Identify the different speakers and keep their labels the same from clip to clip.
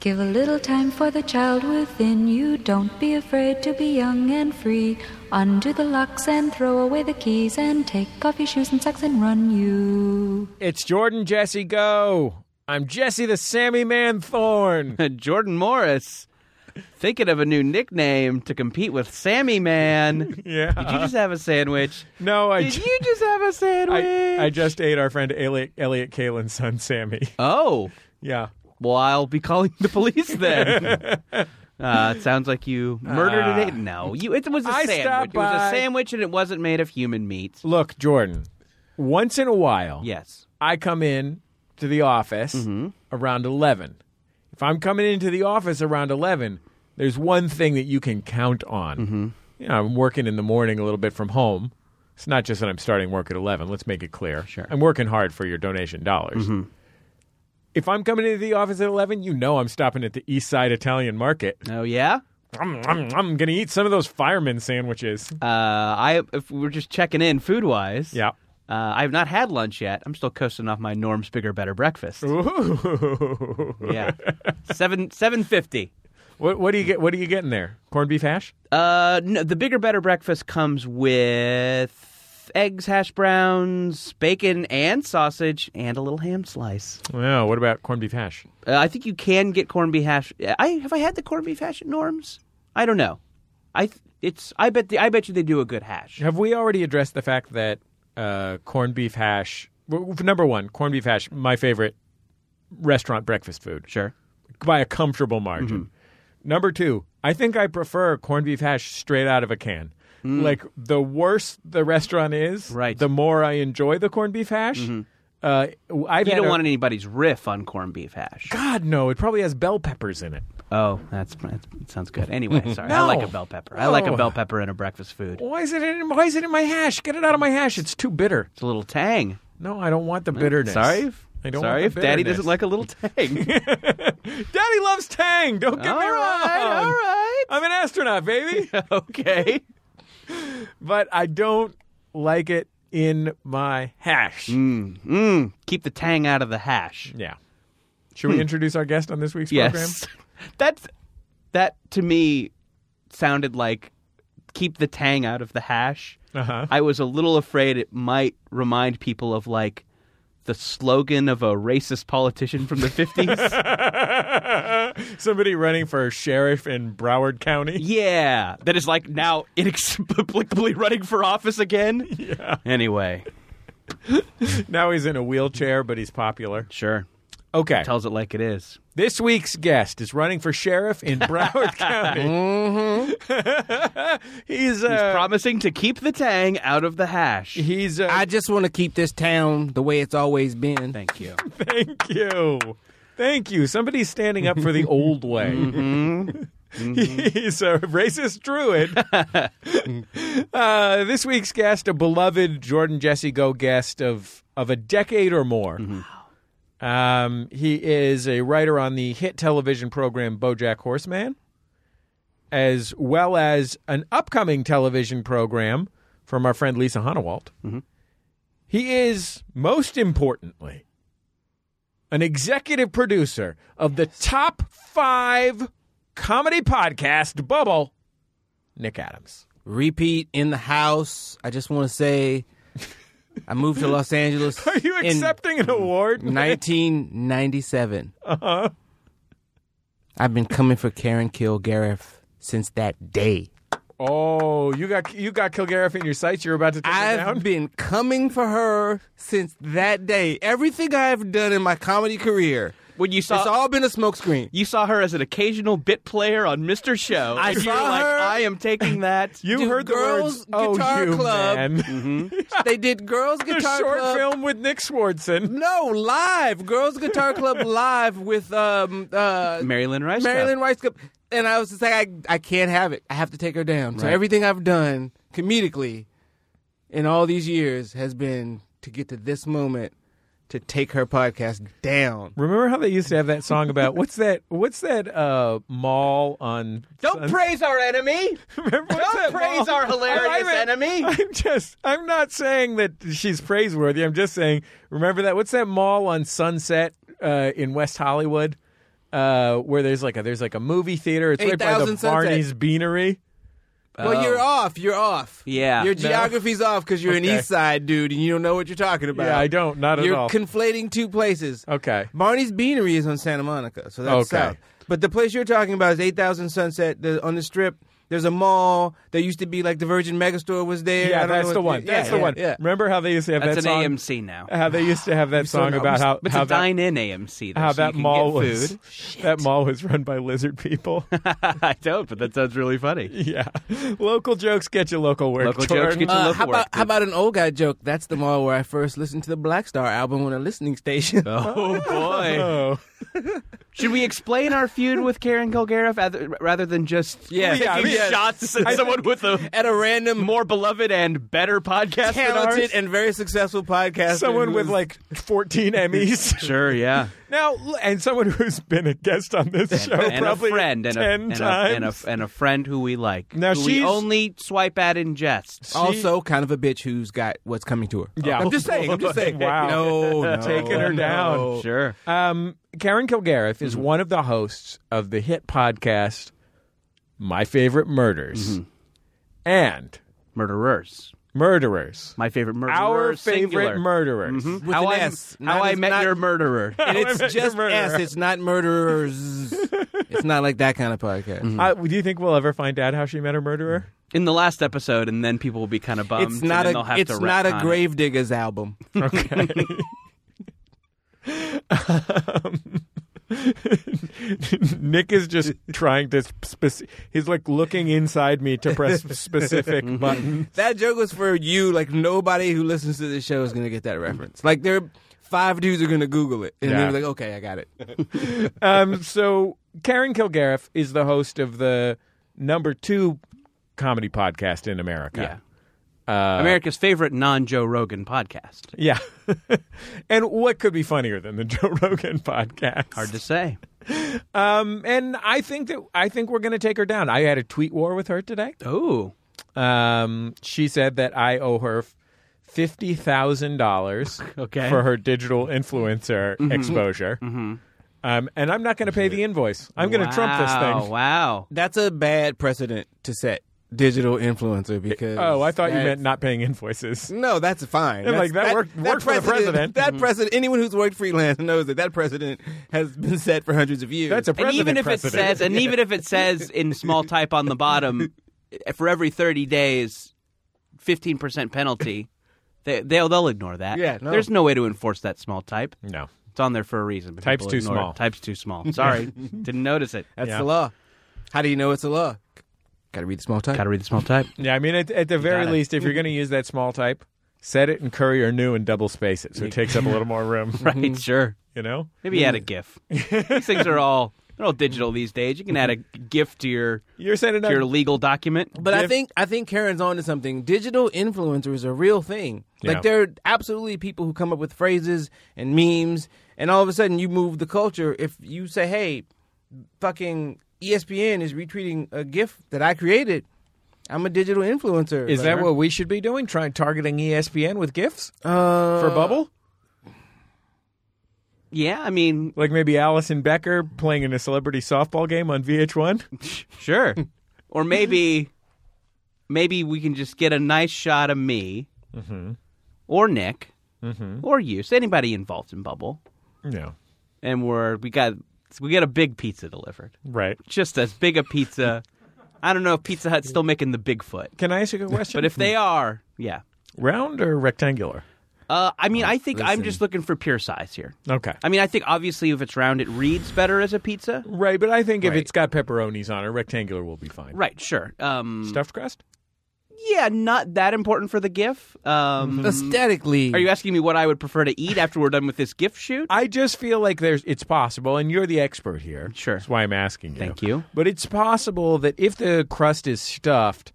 Speaker 1: Give a little time for the child within you. Don't be afraid to be young and free. Undo the locks and throw away the keys and take off your shoes and socks and run you.
Speaker 2: It's Jordan Jesse Go. I'm Jesse the Sammy Man Thorn.
Speaker 3: Jordan Morris thinking of a new nickname to compete with Sammy Man.
Speaker 2: Yeah.
Speaker 3: Did you just have a sandwich?
Speaker 2: No, I,
Speaker 3: Did
Speaker 2: ju-
Speaker 3: you just have a sandwich?
Speaker 2: I, I just ate our friend Elliot, Elliot Kalin's son, Sammy.
Speaker 3: Oh,
Speaker 2: Yeah.
Speaker 3: well, I'll be calling the police then. Uh, it sounds like you murdered
Speaker 2: Ah.
Speaker 3: it. No, you. It was a
Speaker 2: I
Speaker 3: sandwich.
Speaker 2: stopped
Speaker 3: It was
Speaker 2: by.
Speaker 3: a sandwich, and it wasn't made of human meat.
Speaker 2: Look, Jordan, once in a while,
Speaker 3: Yes.
Speaker 2: I come in to the office around 11. If I'm coming into the office around 11, there's one thing that you can count on. You know, I'm working in the morning a little bit from home. It's not just that I'm starting work at 11. Let's make it clear.
Speaker 3: Sure.
Speaker 2: I'm working hard for your donation dollars. If I'm coming into the office at 11, you know I'm stopping at the East Side Italian Market.
Speaker 3: Oh yeah.
Speaker 2: I'm, going to eat some of those fireman sandwiches.
Speaker 3: Uh, I if we're just checking in food wise.
Speaker 2: Yeah.
Speaker 3: Uh, I have not had lunch yet. I'm still coasting off my Norm's Bigger Better breakfast.
Speaker 2: Ooh.
Speaker 3: Yeah, seven seven fifty.
Speaker 2: What, what do you get? What do you get in there? Corned beef hash?
Speaker 3: Uh, no, the Bigger Better breakfast comes with eggs, hash browns, bacon, and sausage, and a little ham slice.
Speaker 2: Well, what about corned beef hash?
Speaker 3: Uh, I think you can get corned beef hash. uh, I have I had the corned beef hash at Norm's. I don't know. I th- it's I bet the, I bet you they do a good hash.
Speaker 2: Have we already addressed the fact that uh, corned beef hash? w- w- Number one, corned beef hash, my favorite restaurant breakfast food
Speaker 3: Sure.
Speaker 2: by a comfortable margin. Number two, I think I prefer corned beef hash straight out of a can. Like the worse the restaurant is,
Speaker 3: Right.
Speaker 2: the more I enjoy the corned beef hash. Uh, I've
Speaker 3: You
Speaker 2: had
Speaker 3: don't
Speaker 2: a-
Speaker 3: want anybody's riff on corned beef hash.
Speaker 2: God no, it probably has bell peppers in it.
Speaker 3: Oh, that's that sounds good. Anyway, sorry. I
Speaker 2: No.
Speaker 3: like a bell pepper. I like a
Speaker 2: No.
Speaker 3: bell pepper in a breakfast food.
Speaker 2: Why is it in? Why is it in my hash? Get it out of my hash. It's too bitter.
Speaker 3: It's a little tang.
Speaker 2: No, I don't want the bitterness.
Speaker 3: Sorry. if-
Speaker 2: I don't
Speaker 3: sorry
Speaker 2: want
Speaker 3: if
Speaker 2: the
Speaker 3: Daddy
Speaker 2: bitterness.
Speaker 3: doesn't like a little tang.
Speaker 2: Daddy loves Tang. Don't get
Speaker 3: all
Speaker 2: me
Speaker 3: right,
Speaker 2: wrong.
Speaker 3: all right.
Speaker 2: I'm an astronaut, baby.
Speaker 3: Okay.
Speaker 2: but I don't like it in my hash.
Speaker 3: Mm, keep the tang out of the hash.
Speaker 2: Yeah. Should we introduce our guest on this week's program?
Speaker 3: Yes. That's that to me sounded like keep the tang out of the hash.
Speaker 2: Uh-huh.
Speaker 3: I was a little afraid it might remind people of like the slogan of a racist politician from the 50s.
Speaker 2: Somebody running for sheriff in Broward County.
Speaker 3: yeah, that is like now inexplicably running for office again. Yeah. Anyway,
Speaker 2: Now he's in a wheelchair, but he's popular.
Speaker 3: sure.
Speaker 2: Okay.
Speaker 3: Tells it like it is.
Speaker 2: This week's guest is running for sheriff in Broward County. he's
Speaker 3: He's
Speaker 2: uh,
Speaker 3: promising to keep the tang out of the hash.
Speaker 2: he's uh,
Speaker 4: I just want to keep this town the way it's always been.
Speaker 3: Thank you.
Speaker 2: Thank you. Thank you. Somebody's standing up for the old way. He's a racist druid. uh, this week's guest, a beloved Jordan Jesse Go guest of, of a decade or more. Um, he is a writer on the hit television program Bojack Horseman, as well as an upcoming television program from our friend Lisa Honowalt. He is, most importantly, an executive producer of the top five comedy podcast bubble, Nick Adams.
Speaker 4: Repeat in the house. I just want to say I moved to Los Angeles.
Speaker 2: Are you accepting an award?
Speaker 4: in 1997. Uh-huh. I've been coming for Karen Kilgariff since that day.
Speaker 2: Oh, you got you got Kilgariff in your sights. You're about to take it down.
Speaker 4: I've been coming for her since that day. Everything I've done in my comedy career,
Speaker 3: When you saw
Speaker 4: it's all been a smokescreen.
Speaker 3: You saw her as an occasional bit player on Mr. Show.
Speaker 4: I
Speaker 3: And you
Speaker 4: saw
Speaker 3: were like,
Speaker 4: her.
Speaker 3: I am taking that.
Speaker 2: you
Speaker 4: Dude,
Speaker 2: heard the
Speaker 4: Girls
Speaker 2: words. oh,
Speaker 4: Guitar
Speaker 2: you
Speaker 4: Club.
Speaker 2: man.
Speaker 4: they did Girls
Speaker 2: the
Speaker 4: Guitar
Speaker 2: short
Speaker 4: Club.
Speaker 2: film with Nick Swartzen.
Speaker 4: No, live Girls Guitar Club live with um uh
Speaker 3: Marilyn Rice. Cup.
Speaker 4: Marilyn Rice Cup, and I was just like, I I can't have it. I have to take her down. So
Speaker 3: Right.
Speaker 4: everything I've done comedically in all these years has been to get to this moment to take her podcast down.
Speaker 2: Remember how they used to have that song about what's that? What's that uh, mall on?
Speaker 3: Don't praise our enemy.
Speaker 2: Remember, what's that
Speaker 3: Don't praise
Speaker 2: mall?
Speaker 3: our hilarious
Speaker 2: Wait a minute.
Speaker 3: enemy.
Speaker 2: I'm just I'm not saying that she's praiseworthy. I'm just saying remember that what's that mall on Sunset uh, in West Hollywood? uh, where there's like a there's like a movie theater. It's right by the
Speaker 4: 8,000 Sunset.
Speaker 2: Barney's Beanery.
Speaker 4: Well, you're off. You're off.
Speaker 3: Yeah.
Speaker 4: Your
Speaker 3: No.
Speaker 4: geography's off because you're
Speaker 2: Oh. Okay.
Speaker 4: an East Side dude and you don't know what you're talking about.
Speaker 2: Yeah, I don't. Not at
Speaker 4: you're
Speaker 2: all.
Speaker 4: conflating two places.
Speaker 2: okay.
Speaker 4: Barney's Beanery is on Santa Monica, so that's
Speaker 2: Okay.
Speaker 4: south. But the place you're talking about is 8000 Sunset the, on the Strip. There's a mall that used to be like the Virgin Megastore was there. I
Speaker 2: Yeah,
Speaker 4: don't know
Speaker 2: that's
Speaker 4: what-
Speaker 2: the one.
Speaker 4: yeah,
Speaker 2: that's the
Speaker 4: yeah,
Speaker 2: one.
Speaker 4: Yeah.
Speaker 2: Remember how they used to have
Speaker 3: That's
Speaker 2: that
Speaker 3: an
Speaker 2: song?
Speaker 3: AMC now.
Speaker 2: How they used to have that
Speaker 4: so
Speaker 2: song
Speaker 4: dumb.
Speaker 2: about how
Speaker 3: It's
Speaker 2: how
Speaker 3: a
Speaker 2: that,
Speaker 3: dine-in AMC. Though,
Speaker 2: how
Speaker 3: so you
Speaker 2: that
Speaker 3: can
Speaker 2: mall
Speaker 3: get
Speaker 2: was
Speaker 3: food.
Speaker 2: that mall was run by lizard people.
Speaker 3: I don't, but that sounds really funny.
Speaker 2: yeah, local jokes get you local work.
Speaker 3: Local jokes
Speaker 2: Jordan.
Speaker 3: get you-
Speaker 4: Uh,
Speaker 3: local
Speaker 4: how
Speaker 3: work,
Speaker 4: about
Speaker 3: dude.
Speaker 4: how about an old guy joke? That's the mall where I first listened to the Black Star album on a listening station.
Speaker 3: Oh boy!
Speaker 2: Oh.
Speaker 3: Should we explain our feud with Karen Kilgariff ath- rather than just
Speaker 4: Yeah.
Speaker 3: taking
Speaker 2: Yeah, I mean, yes.
Speaker 3: shots at someone with a
Speaker 4: At a random
Speaker 3: more beloved and better podcast than
Speaker 4: talented
Speaker 3: ours?
Speaker 4: and very successful podcaster,
Speaker 2: Someone
Speaker 4: who
Speaker 2: with
Speaker 4: is-
Speaker 2: like 14 Emmys.
Speaker 3: Sure, yeah.
Speaker 2: Now, and someone who's been a guest on this show
Speaker 3: and a
Speaker 2: Oh, probably
Speaker 3: friend and a,
Speaker 2: 10
Speaker 3: and, a,
Speaker 2: times.
Speaker 3: and, a, and a friend who we like.
Speaker 2: Now
Speaker 3: who we
Speaker 2: she's-
Speaker 3: only swipe at in jest.
Speaker 4: also kind of a bitch who's got what's coming to her.
Speaker 2: Yeah.
Speaker 4: I'm just saying. I'm just saying.
Speaker 2: Wow.
Speaker 4: No, no,
Speaker 2: Taking her
Speaker 4: no.
Speaker 2: down.
Speaker 3: Oh, Sure.
Speaker 2: Um, Karen Kilgariff is one of the hosts of the hit podcast My Favorite Murders and
Speaker 3: Murderers.
Speaker 2: Murderers.
Speaker 3: My favorite murderer.
Speaker 2: Our
Speaker 3: singular.
Speaker 2: favorite murderers.
Speaker 4: With
Speaker 3: how
Speaker 4: an
Speaker 3: I,
Speaker 4: S,
Speaker 3: how
Speaker 4: not
Speaker 3: I
Speaker 4: as-
Speaker 3: met
Speaker 4: not-
Speaker 3: your murderer.
Speaker 4: And
Speaker 2: I Met Your
Speaker 4: it's just
Speaker 2: Murderer.
Speaker 4: S. It's not murderers. it's not like that kind of podcast.
Speaker 2: Uh, do you think we'll ever find out how she met her murderer?
Speaker 3: in the last episode, and then people will be kind of bummed.
Speaker 4: It's
Speaker 3: and
Speaker 4: not
Speaker 3: Um, then they'll
Speaker 4: a.
Speaker 3: have
Speaker 4: It's
Speaker 3: to
Speaker 4: not a
Speaker 3: retcon it.
Speaker 4: Gravediggers album.
Speaker 2: Okay. Um, Nick is just trying to. Speci- he's like looking inside me to press specific buttons.
Speaker 4: That joke was for you. Like nobody who listens to this show is gonna get that reference. Like there, are five dudes are gonna Google it, and
Speaker 2: Yeah.
Speaker 4: they're like, okay, I got it.
Speaker 2: Um, so Karen Kilgariff is the host of the number two comedy podcast in
Speaker 3: Yeah.
Speaker 2: America. Yeah. Uh,
Speaker 3: America's favorite non Joe Rogan podcast.
Speaker 2: yeah. and what could be funnier than the Joe Rogan podcast?
Speaker 3: Hard to say.
Speaker 2: Um, and I think that I think we're going to take her down. I had a tweet war with her today.
Speaker 3: Oh.
Speaker 2: Um, she said that I owe her fifty thousand dollars
Speaker 3: Okay. Mm-hmm.
Speaker 2: for her digital influencer exposure. Um, and I'm not going to pay the invoice. I'm going to trump this thing.
Speaker 3: Wow.
Speaker 4: That's a bad precedent to set. Digital influencer because
Speaker 2: Oh, I thought you
Speaker 4: that's-
Speaker 2: meant not paying invoices.
Speaker 4: No, that's fine. That's,
Speaker 2: like, that worked- worked for the president. Mm-hmm.
Speaker 4: That president, anyone who's worked freelance knows that that president has been set for hundreds of years.
Speaker 2: That's a
Speaker 3: And
Speaker 2: president
Speaker 3: even if it
Speaker 2: precedent.
Speaker 3: says, and even if it says in small type on the bottom, for every thirty days, fifteen percent penalty, they, they'll they'll ignore that.
Speaker 4: Yeah, no.
Speaker 3: there's no way to enforce that small type.
Speaker 2: no,
Speaker 3: It's on there for a reason. but
Speaker 2: Type's
Speaker 3: people
Speaker 2: too
Speaker 3: ignore it.
Speaker 2: small.
Speaker 3: Type's too small. Sorry, didn't notice it.
Speaker 4: that's
Speaker 2: yeah.
Speaker 4: the law. How do you know it's a law? Got to read the small type.
Speaker 3: Got to read the small type.
Speaker 2: yeah, I mean, at, at the very
Speaker 3: gotta-
Speaker 2: least, if you're going to use that small type, set it in Courier New and double space it, so it takes up a little more room.
Speaker 3: Right, sure.
Speaker 2: You know,
Speaker 3: Maybe add a GIF.
Speaker 2: Mm-hmm.
Speaker 3: These things are all they're all digital these days. You can add a GIF to your
Speaker 2: you're sending
Speaker 3: to your
Speaker 2: up.
Speaker 3: legal document.
Speaker 4: But I
Speaker 2: If-
Speaker 4: think I think Karen's on to something. Digital influencers is a real thing.
Speaker 2: Yeah.
Speaker 4: Like there are absolutely people who come up with phrases and memes, and all of a sudden you move the culture. If you say, "Hey, fucking E ESPN is retweeting a GIF that I created," I'm a digital influencer.
Speaker 2: Is that what we should be doing? Trying targeting E ESPN with gifts
Speaker 4: Uh,
Speaker 2: for Bubble?
Speaker 3: Yeah, I mean,
Speaker 2: Like maybe Allison Becker playing in a celebrity softball game on VH1?
Speaker 3: Sure. or maybe maybe we can just get a nice shot of me or Nick or you, so anybody involved in Bubble,
Speaker 2: No.
Speaker 3: and we're we got we got a big pizza delivered,
Speaker 2: Right.
Speaker 3: just as big a pizza. I don't know if Pizza Hut's still making the Bigfoot,
Speaker 2: Can I ask you a question?
Speaker 3: but if they are, yeah.
Speaker 2: round or rectangular?
Speaker 3: Uh, I mean, I think I'm just looking for pure size here.
Speaker 2: Okay.
Speaker 3: I mean, I think obviously if it's round, it reads better as a pizza.
Speaker 2: right, but I think if
Speaker 3: Right.
Speaker 2: it's got pepperonis on it, rectangular will be fine.
Speaker 3: Right, sure. Um,
Speaker 2: Stuffed crust?
Speaker 3: Yeah, not that important for the GIF. Um,
Speaker 4: Mm-hmm. aesthetically?
Speaker 3: Are you asking me what I would prefer to eat after we're done with this gift shoot?
Speaker 2: I just feel like there's it's possible, and you're the expert here.
Speaker 3: Sure.
Speaker 2: That's why I'm asking you.
Speaker 3: Thank you.
Speaker 2: But it's possible that if the crust is stuffed,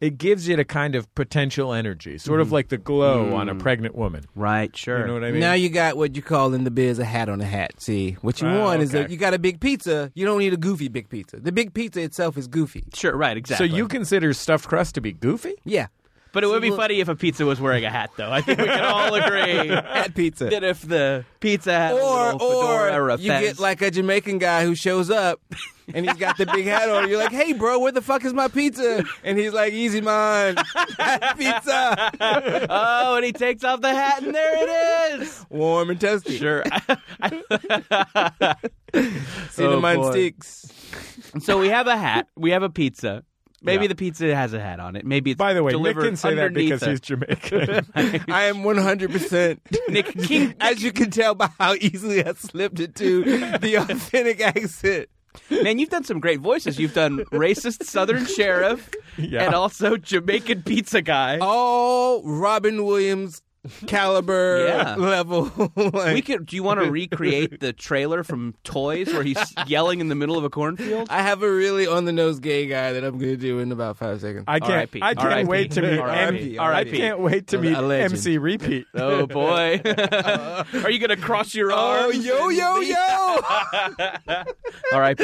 Speaker 2: it gives it a kind of potential energy, sort of like the glow on a pregnant woman.
Speaker 3: Right, sure.
Speaker 2: You know what I mean?
Speaker 4: now you got what you call in the biz a hat on a hat. See, what you
Speaker 2: Ah,
Speaker 4: want is
Speaker 2: okay.
Speaker 4: that you got a big pizza. You don't need a goofy big pizza. The big pizza itself is goofy.
Speaker 3: sure, right,
Speaker 2: so
Speaker 3: exactly.
Speaker 2: you consider stuffed crust to be goofy?
Speaker 4: Yeah.
Speaker 3: But it would be funny if a pizza was wearing a hat, though. I think we can all agree that
Speaker 4: At pizza.
Speaker 3: if the pizza had a
Speaker 4: or
Speaker 3: little fedora or
Speaker 4: or
Speaker 3: a
Speaker 4: you get
Speaker 3: fez-
Speaker 4: like a Jamaican guy who shows up and he's got the big hat on. You're like, "Hey, bro, where the fuck is my pizza?" And he's like, "Easy, man, pizza,
Speaker 3: oh, and he takes off the hat, and there it is.
Speaker 4: warm and toasty."
Speaker 3: Sure.
Speaker 4: cinnamon
Speaker 3: Oh, boy.
Speaker 4: sticks.
Speaker 3: so we have a hat. We have a pizza. Maybe
Speaker 2: Yeah.
Speaker 3: the pizza has a hat on it. Maybe it's
Speaker 2: By the way, Nick
Speaker 3: delivered
Speaker 2: can say that
Speaker 3: underneath
Speaker 2: because
Speaker 3: a-
Speaker 2: he's Jamaican.
Speaker 4: I am 100 percent
Speaker 3: Nick King.
Speaker 4: as you can tell by how easily I slipped into the authentic accent.
Speaker 3: Man, you've done some great voices. You've done racist Southern sheriff,
Speaker 2: Yeah.
Speaker 3: and also Jamaican pizza guy.
Speaker 4: All Robin Williams caliber
Speaker 3: Yeah.
Speaker 4: level. like,
Speaker 3: We could. Do you want to recreate the trailer from Toys where he's yelling in the middle of a cornfield?
Speaker 4: I have a really on the nose gay guy that I'm gonna do in about five seconds.
Speaker 2: I can't.
Speaker 3: R.I.P..
Speaker 2: I can't
Speaker 3: R.I.P..
Speaker 2: wait to meet.
Speaker 3: R.I.P..
Speaker 2: M- I
Speaker 3: R.I.P..
Speaker 2: can't wait to
Speaker 4: A
Speaker 2: meet
Speaker 4: legend.
Speaker 2: MC Repeat.
Speaker 3: Oh boy! Are you gonna cross your
Speaker 4: Oh,
Speaker 3: arms?
Speaker 4: yo, yo, yo!
Speaker 3: All right.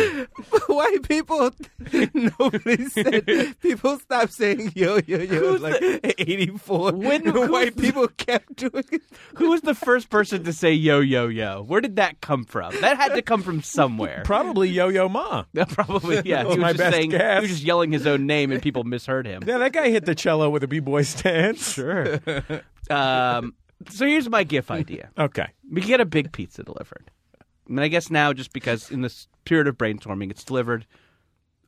Speaker 4: White people, nobody said. People stopped saying yo, yo, yo.
Speaker 3: Who's
Speaker 4: like '84.
Speaker 3: When- who's
Speaker 4: white people kept doing it.
Speaker 3: Who was the first person to say yo, yo, yo? Where did that come from? That had to come from somewhere.
Speaker 2: Probably Yo Yo Ma.
Speaker 3: Probably, yeah. He
Speaker 2: That's
Speaker 3: was
Speaker 2: my
Speaker 3: just
Speaker 2: best
Speaker 3: saying,
Speaker 2: guess.
Speaker 3: he was just yelling his own name, and people misheard him.
Speaker 2: Yeah, that guy hit the cello with a b-boy stance. Sure.
Speaker 3: Um, so here's my GIF idea:
Speaker 2: Okay.
Speaker 3: we get a big pizza delivered. I mean, I guess now just because in the spirit of brainstorming, it's delivered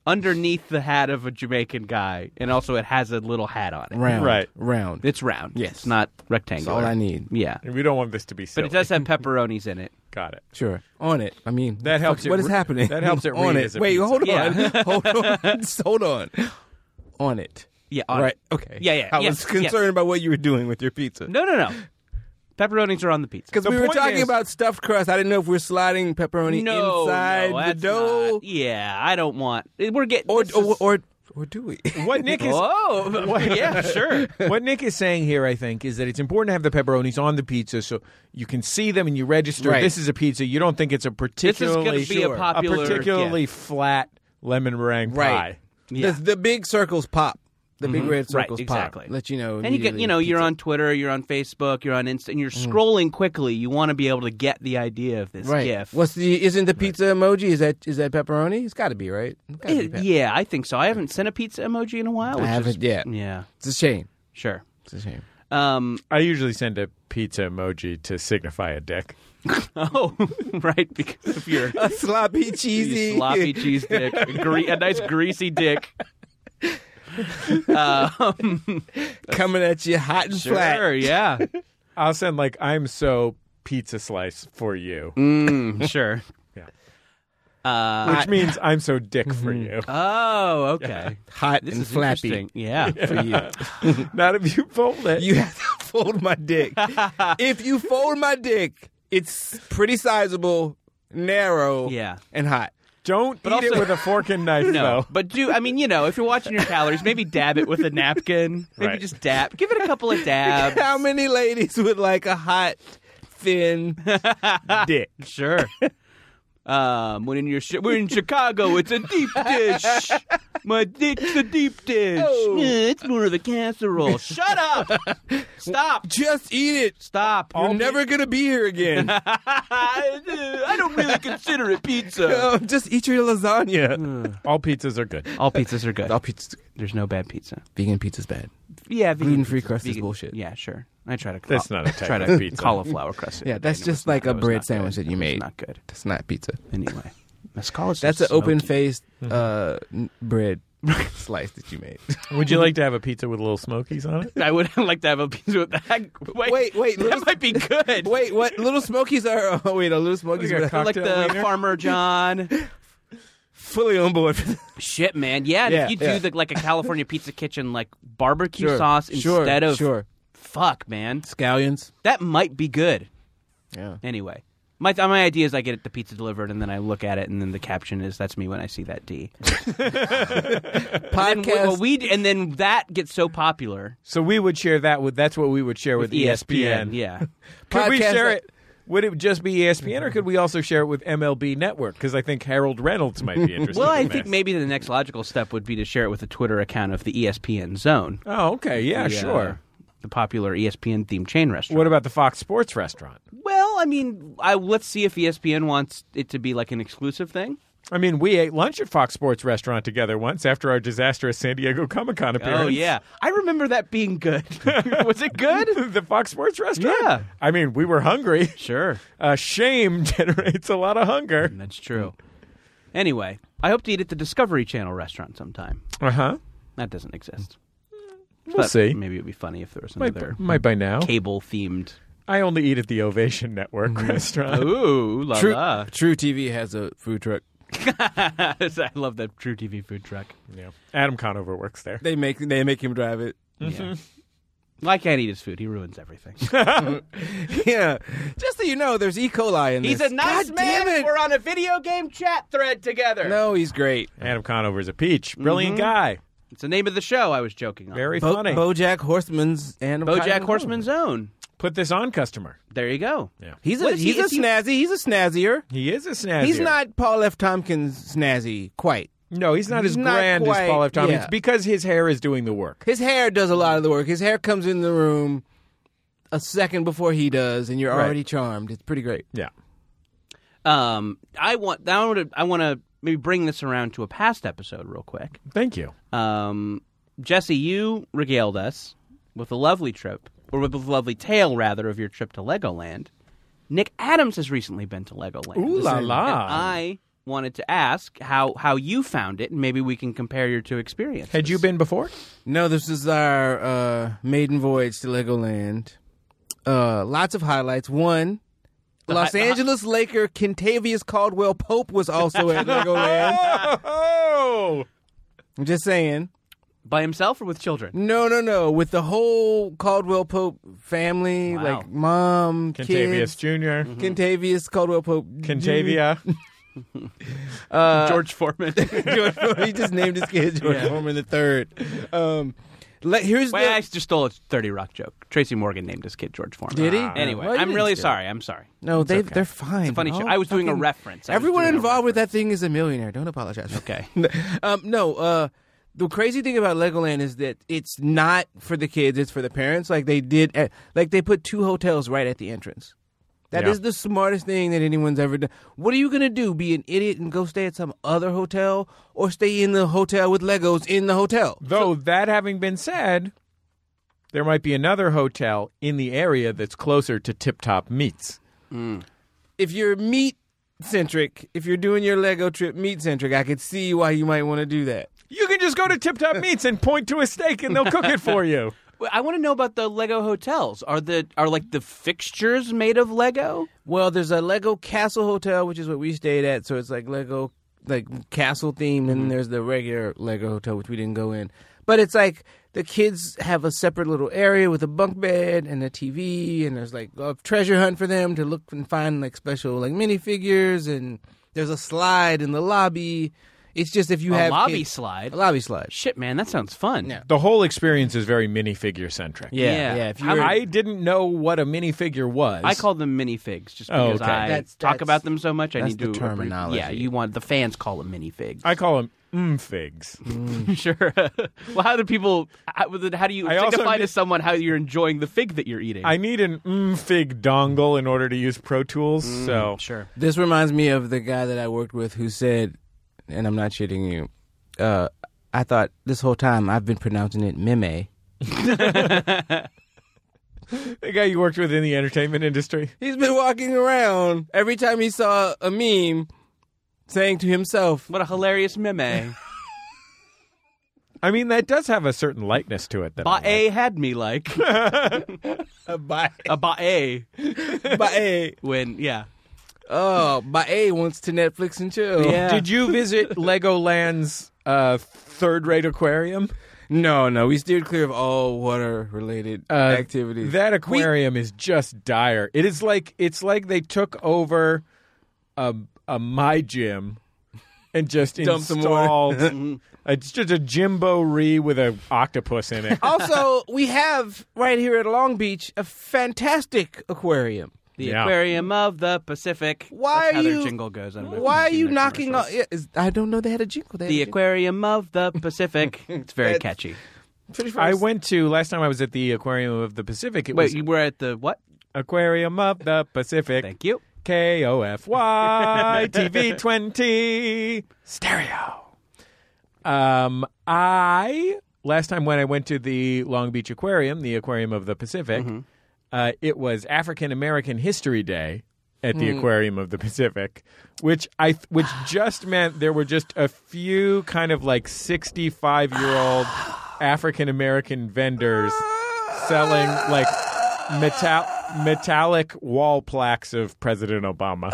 Speaker 3: underneath the hat of a Jamaican guy, and also it has a little hat on it.
Speaker 4: Round,
Speaker 2: Right.
Speaker 4: round.
Speaker 3: It's round.
Speaker 4: Yes.
Speaker 3: It's not rectangular.
Speaker 4: all I need.
Speaker 3: Yeah.
Speaker 2: And we don't want this to be
Speaker 3: But
Speaker 2: silly.
Speaker 3: it does have pepperonis in it.
Speaker 2: Got it.
Speaker 4: Sure. On it. I mean,
Speaker 2: That helps it
Speaker 4: What is
Speaker 2: re-
Speaker 4: happening?
Speaker 2: that helps it
Speaker 4: on
Speaker 2: read
Speaker 4: it.
Speaker 2: as a
Speaker 4: Wait,
Speaker 2: pizza.
Speaker 4: hold on.
Speaker 3: Yeah.
Speaker 4: hold on. Just hold on. On it.
Speaker 3: Yeah. on
Speaker 4: right.
Speaker 3: it.
Speaker 4: Okay.
Speaker 3: Yeah, yeah.
Speaker 4: I
Speaker 3: yes,
Speaker 4: was concerned
Speaker 3: yes.
Speaker 4: about what you were doing with your pizza.
Speaker 3: No, no, no. Pepperonis are on the pizza.
Speaker 4: Because
Speaker 2: The
Speaker 4: we were
Speaker 2: point
Speaker 4: talking
Speaker 2: is-
Speaker 4: about stuffed crust. I didn't know if we're sliding pepperoni
Speaker 3: no,
Speaker 4: inside
Speaker 3: no,
Speaker 4: the
Speaker 3: that's
Speaker 4: dough.
Speaker 3: not- yeah, I don't want. We're getting.
Speaker 4: Or,
Speaker 3: this
Speaker 4: or,
Speaker 3: is-
Speaker 4: or, or do we?
Speaker 2: What Nick is
Speaker 3: Whoa! Oh, yeah, sure.
Speaker 2: what Nick is saying here, I think, is that it's important to have the pepperonis on the pizza so you can see them and you register.
Speaker 4: Right.
Speaker 2: This is a pizza. You don't think it's a particularly
Speaker 3: be a
Speaker 2: Sure.
Speaker 3: popular-
Speaker 2: particularly flat lemon meringue
Speaker 4: Right.
Speaker 2: pie.
Speaker 3: Yeah. Mm-hmm.
Speaker 4: the, the big circles pop. The big red
Speaker 3: Right,
Speaker 4: circles
Speaker 3: exactly.
Speaker 4: pop. Let you know.
Speaker 3: And you get,
Speaker 4: immediately
Speaker 3: you know, you're
Speaker 4: pizza. Mm.
Speaker 3: on Twitter, you're on Facebook, you're on Insta, and you're scrolling quickly. You want to be able to get the idea of this
Speaker 4: right.
Speaker 3: GIF.
Speaker 4: What's the? Isn't the pizza emoji? Is that is that pepperoni? It's got to be right. It's gotta be
Speaker 3: It-
Speaker 4: pep-
Speaker 3: Eh, yeah, I think so. I haven't sent a pizza emoji in a while.
Speaker 4: I
Speaker 3: which is-
Speaker 4: haven't yet.
Speaker 3: Yeah,
Speaker 4: It's a shame.
Speaker 3: sure.
Speaker 4: It's a shame.
Speaker 3: Um,
Speaker 2: I usually send a pizza emoji to signify a dick.
Speaker 3: oh, right, because if you're
Speaker 4: A sloppy
Speaker 3: you
Speaker 4: cheesy
Speaker 3: sloppy cheese dick, a, gre- a nice greasy dick. Um,
Speaker 4: coming at you hot and
Speaker 3: sure,
Speaker 4: flat.
Speaker 3: yeah,
Speaker 2: I'll send like I'm so pizza slice for you,
Speaker 3: Mm, sure.
Speaker 2: Yeah.
Speaker 3: Uh,
Speaker 2: which means I'm so dick for you.
Speaker 3: oh, okay.
Speaker 4: Hot
Speaker 3: This
Speaker 4: and
Speaker 3: is
Speaker 4: flappy
Speaker 3: interesting. Yeah.
Speaker 4: for you.
Speaker 2: Not if you fold it.
Speaker 4: You have to fold my dick. if you fold my dick, it's pretty sizable, narrow,
Speaker 3: Yeah.
Speaker 4: and hot.
Speaker 2: don't eat it
Speaker 3: also-
Speaker 2: with a fork and knife,
Speaker 3: No,
Speaker 2: though.
Speaker 3: but do I mean you know if you're watching your calories, maybe dab it with a napkin. Maybe
Speaker 2: Right.
Speaker 3: just dab. Give it a couple of dabs.
Speaker 4: How many ladies would like a hot, thin dick?
Speaker 3: Sure. Um, when in your sh- we're in Chicago, it's a deep dish. My dick's a deep dish. Yeah, it's more of a casserole. Shut up! Stop!
Speaker 4: Just eat it.
Speaker 3: Stop!
Speaker 4: You're never gonna be here again.
Speaker 3: I don't really consider it pizza.
Speaker 4: Um, just eat your
Speaker 3: Hmm.
Speaker 4: lasagna.
Speaker 2: All pizzas are good.
Speaker 3: All pizzas are good.
Speaker 4: All pizza's
Speaker 3: There's no bad pizza.
Speaker 4: vegan pizza's bad.
Speaker 3: Yeah, vegan
Speaker 4: Gluten-free
Speaker 3: pizza.
Speaker 4: crust is
Speaker 3: Vegan-
Speaker 4: bullshit.
Speaker 3: Yeah, sure. I try to.
Speaker 2: That's not a type
Speaker 3: try
Speaker 2: of
Speaker 3: to
Speaker 2: pizza.
Speaker 3: Cauliflower crust. the
Speaker 4: Yeah,
Speaker 3: other
Speaker 4: that's
Speaker 3: day, and it
Speaker 4: just
Speaker 3: was not-
Speaker 4: like a
Speaker 3: it was
Speaker 4: bread
Speaker 3: not
Speaker 4: sandwich
Speaker 3: good.
Speaker 4: that you
Speaker 3: It was
Speaker 4: made.
Speaker 3: not good.
Speaker 4: That's not pizza.
Speaker 3: Anyway, mezcal is
Speaker 4: That's an
Speaker 3: just Mm-hmm.
Speaker 4: open
Speaker 3: smoky.
Speaker 4: faced uh, n- bread slice that you made.
Speaker 2: Would you like to have a pizza with little smokies on it?
Speaker 3: I would like to have a pizza with that. Wait,
Speaker 4: Wait, wait,
Speaker 3: that
Speaker 4: little-
Speaker 3: might be good.
Speaker 4: Wait, what? Little Smokies are. Oh, wait, no, Little Smokies
Speaker 2: Like a
Speaker 4: are
Speaker 2: cock-
Speaker 3: like the
Speaker 2: Cocktail wiener?
Speaker 3: Farmer John.
Speaker 4: fully on board. for that.
Speaker 3: Shit, man. Yeah, and if
Speaker 4: Yeah,
Speaker 3: you do
Speaker 4: yeah.
Speaker 3: the, like a California Pizza Kitchen like barbecue
Speaker 4: Sure,
Speaker 3: sauce
Speaker 4: sure,
Speaker 3: instead of
Speaker 4: sure
Speaker 3: fuck, man,
Speaker 4: scallions.
Speaker 3: that might be good.
Speaker 4: Yeah.
Speaker 3: Anyway, my my idea is I get the pizza delivered and then I look at it and then the caption is "That's me when I see that D." And we, well,
Speaker 4: Podcast.
Speaker 3: we and then that gets so popular E
Speaker 2: So we would share that with. E That's what we would share with,
Speaker 3: ESPN. Yeah,
Speaker 2: Could we
Speaker 4: podcast
Speaker 2: share
Speaker 4: that-
Speaker 2: it? Would it just be E ESPN, or could we also share it with MLB Network? Because I think Harold Reynolds might be interested.
Speaker 3: Well,
Speaker 2: in
Speaker 3: I
Speaker 2: this.
Speaker 3: think maybe the next logical step would be to share it with a Twitter account of the E ESPN Zone.
Speaker 2: Oh, okay, yeah,
Speaker 3: the, uh,
Speaker 2: sure.
Speaker 3: the popular E ESPN themed chain restaurant.
Speaker 2: What about the Fox Sports restaurant?
Speaker 3: Well, I mean, I, let's see if E ESPN wants it to be like an exclusive thing.
Speaker 2: I mean, we ate lunch at Fox Sports restaurant together once after our disastrous San Diego Comic Con appearance.
Speaker 3: Oh yeah, I remember that being good. Was it good?
Speaker 2: the Fox Sports restaurant.
Speaker 3: Yeah.
Speaker 2: I mean, we were hungry.
Speaker 3: Sure,
Speaker 2: Uh, shame generates a lot of hunger.
Speaker 3: that's true. Anyway, I hope to eat at the Discovery Channel restaurant sometime.
Speaker 2: Uh huh.
Speaker 3: That doesn't exist.
Speaker 2: We'll
Speaker 3: But
Speaker 2: see.
Speaker 3: Maybe it'd be funny if there was
Speaker 2: Might,
Speaker 3: another
Speaker 2: might by now.
Speaker 3: cable themed.
Speaker 2: I only eat at the Ovation Network
Speaker 4: Mm-hmm.
Speaker 2: restaurant.
Speaker 3: Ooh, la
Speaker 4: True,
Speaker 3: la.
Speaker 4: True TV has a food truck.
Speaker 3: I love that True TV food truck.
Speaker 2: Yeah. Adam Conover works there.
Speaker 4: They make they make him drive it.
Speaker 3: Yeah. Well, I can't eat his food. He ruins everything.
Speaker 4: yeah. Just so you know, there's E. coli in
Speaker 3: He's
Speaker 4: this.
Speaker 3: a nice
Speaker 4: God
Speaker 3: man.
Speaker 4: Damn it.
Speaker 3: We're on a video game chat thread together.
Speaker 4: No, he's great.
Speaker 2: Adam Conover's a peach. Brilliant guy.
Speaker 3: It's the name of the show I was joking on.
Speaker 2: Very
Speaker 4: Mm-hmm. Bo-
Speaker 2: funny.
Speaker 4: BoJack Horseman's and
Speaker 3: Bojack Horseman's own.
Speaker 2: Put this on, customer.
Speaker 3: There you go.
Speaker 2: Yeah.
Speaker 4: He's a
Speaker 3: What is he-
Speaker 4: he's a
Speaker 3: is he-
Speaker 4: snazzy. He's a snazzier.
Speaker 2: He is a snazzy.
Speaker 4: He's not Paul F. Tompkins snazzy quite.
Speaker 2: No, he's not
Speaker 4: he's
Speaker 2: as
Speaker 4: not
Speaker 2: grand
Speaker 4: quite-
Speaker 2: as Paul F. Tompkins
Speaker 4: yeah.
Speaker 2: because his hair is doing the work.
Speaker 4: His hair does a lot of the work. His hair comes in the room a second before he does, and you're
Speaker 2: Right.
Speaker 4: already charmed. It's pretty great.
Speaker 2: Yeah.
Speaker 3: Um, I want. I want to. I want to maybe bring this around to a past episode real quick.
Speaker 2: Thank you.
Speaker 3: Um, Jesse, you regaled us with a lovely trip, or with a lovely tale rather, of your trip to Legoland. Nick Adams has recently been to Legoland.
Speaker 2: Ooh la
Speaker 3: And
Speaker 2: la.
Speaker 3: I wanted to ask how how you found it, and maybe we can compare your two experiences.
Speaker 2: Had you been before?
Speaker 4: No, this is our uh, maiden voyage to Legoland. Uh, lots of highlights. One, Los
Speaker 3: hi- the hi-
Speaker 4: Angeles Laker Kentavious Caldwell Pope was also at Legoland.
Speaker 2: Oh!
Speaker 4: I'm just saying.
Speaker 3: by himself or with children?
Speaker 4: No, no, no. With the whole Caldwell Pope family,
Speaker 3: Wow. mm-hmm.
Speaker 4: like mom,
Speaker 2: Contavious
Speaker 4: kids, Mm-hmm.
Speaker 2: Jr.
Speaker 4: Kentavious Caldwell Pope,
Speaker 2: Contavia.
Speaker 4: Uh,
Speaker 3: George Foreman.
Speaker 4: George Foreman. He just named his kid George Foreman the third. Um, le- here's
Speaker 3: Wait,
Speaker 4: the
Speaker 3: I just stole a Thirty Rock joke. Tracy Morgan named his kid George Foreman.
Speaker 4: did he?
Speaker 3: Anyway,
Speaker 4: Well, you
Speaker 3: I'm
Speaker 4: didn't
Speaker 3: really
Speaker 4: steal.
Speaker 3: sorry. I'm sorry.
Speaker 4: No, they they're fine. It's
Speaker 3: funny show. I was doing a reference. I was
Speaker 4: everyone
Speaker 3: doing a
Speaker 4: involved with that thing is a millionaire. Don't apologize.
Speaker 3: Okay.
Speaker 4: um, no. Uh, the crazy thing about Legoland is that it's not for the kids; it's for the parents. Like they did, at, like they put two hotels right at the entrance. That is
Speaker 2: Yeah.
Speaker 4: the smartest thing that anyone's ever done. What are you gonna do? Be an idiot and go stay at some other hotel, or stay in the hotel with Legos in the hotel?
Speaker 2: Though that having been said, there might be another hotel in the area that's closer to Tip Top Meats.
Speaker 4: if you're meat centric, if you're doing your Lego trip meat centric, I could see why you might want to do that.
Speaker 2: You can just go to Tip Top Meats and point to a steak and they'll cook it for you.
Speaker 3: Well, I want to know about the Lego hotels. Are the are like the fixtures made of Lego?
Speaker 4: Well, there's a Lego Castle Hotel, which is what we stayed at, so it's like Lego like castle themed, and then there's the regular Lego hotel, which we didn't go in. But it's like the kids have a separate little area with a bunk bed and a TV, and there's like a treasure hunt for them to look and find like special like minifigures, and there's a slide in the lobby. It's just if you
Speaker 3: A
Speaker 4: have
Speaker 3: lobby
Speaker 4: kids-
Speaker 3: slide.
Speaker 4: a lobby slide.
Speaker 3: Shit, man, that sounds fun.
Speaker 4: Yeah.
Speaker 2: The whole experience is very minifigure centric.
Speaker 4: Yeah,
Speaker 3: Yeah.
Speaker 4: yeah. if you
Speaker 3: How
Speaker 4: were-
Speaker 2: I didn't know what a minifigure was.
Speaker 3: I call them minifigs just
Speaker 2: Oh,
Speaker 3: because
Speaker 2: okay.
Speaker 3: I
Speaker 4: That's-
Speaker 3: talk
Speaker 4: that's-
Speaker 3: about them so much. I
Speaker 4: that's
Speaker 3: need
Speaker 4: the
Speaker 3: to abbrevi-
Speaker 4: terminology.
Speaker 3: Yeah, you want the fans call them minifigs.
Speaker 2: I call them mm figs.
Speaker 3: sure. well, how do people? How, with it- how do you
Speaker 2: I also
Speaker 3: signify
Speaker 2: need-
Speaker 3: to someone how you're enjoying the fig that you're eating?
Speaker 2: I need an mm fig dongle in order to use Pro Tools. So
Speaker 3: sure.
Speaker 4: This reminds me of the guy that I worked with who said, and I'm not shitting you, uh, I thought this whole time I've been pronouncing it meme.
Speaker 2: the guy you worked with in the entertainment industry.
Speaker 4: He's been walking around every time he saw a meme saying to himself,
Speaker 3: What a hilarious meme.
Speaker 2: I mean, that does have a certain lightness to it. That I like.
Speaker 3: Ba'e had me like
Speaker 4: Bye.
Speaker 3: a ba'e
Speaker 4: Bye.
Speaker 3: when yeah.
Speaker 4: Oh, Bye wants to Netflix and chill.
Speaker 3: eh, Yeah.
Speaker 2: Did you visit Legoland's uh, third-rate aquarium?
Speaker 3: Uh,
Speaker 4: No, no, we steered clear of all water related
Speaker 3: Uh,
Speaker 4: activities.
Speaker 2: Uh, That aquarium is just dire. It is like it's like they took over a, a my gym and just
Speaker 4: Dumped some water.
Speaker 2: installed a, just a Jimbo Ree with an octopus
Speaker 3: Oh,
Speaker 2: in it.
Speaker 4: also, we have right here at Long Beach a fantastic aquarium.
Speaker 3: The
Speaker 2: Yeah.
Speaker 3: aquarium of the Pacific.
Speaker 4: Why are
Speaker 3: That's how their
Speaker 4: you-
Speaker 3: jingle goes? I don't know if
Speaker 4: Why are
Speaker 3: you've seen
Speaker 4: you
Speaker 3: their
Speaker 4: knocking on?
Speaker 3: commercials.
Speaker 4: yeah, is- I don't know they had a jingle. They had
Speaker 3: The
Speaker 4: a jingle.
Speaker 3: aquarium of the Pacific. it's very
Speaker 4: That's-
Speaker 3: catchy.
Speaker 4: Pretty
Speaker 2: I
Speaker 4: first.
Speaker 2: went to last time I was at the Aquarium of the Pacific. It
Speaker 3: Wait,
Speaker 2: was
Speaker 3: you were at the what?
Speaker 2: Aquarium of the Pacific.
Speaker 3: Thank you.
Speaker 2: K O F Y TV twenty stereo. Um, I last time when I went to the Long Beach Aquarium, the Aquarium of the Pacific, uh, it was African American History Day at the Aquarium of the Pacific, which I th- which just meant there were just a few kind of like sixty five year old African American vendors selling like metal metallic wall plaques of President Obama.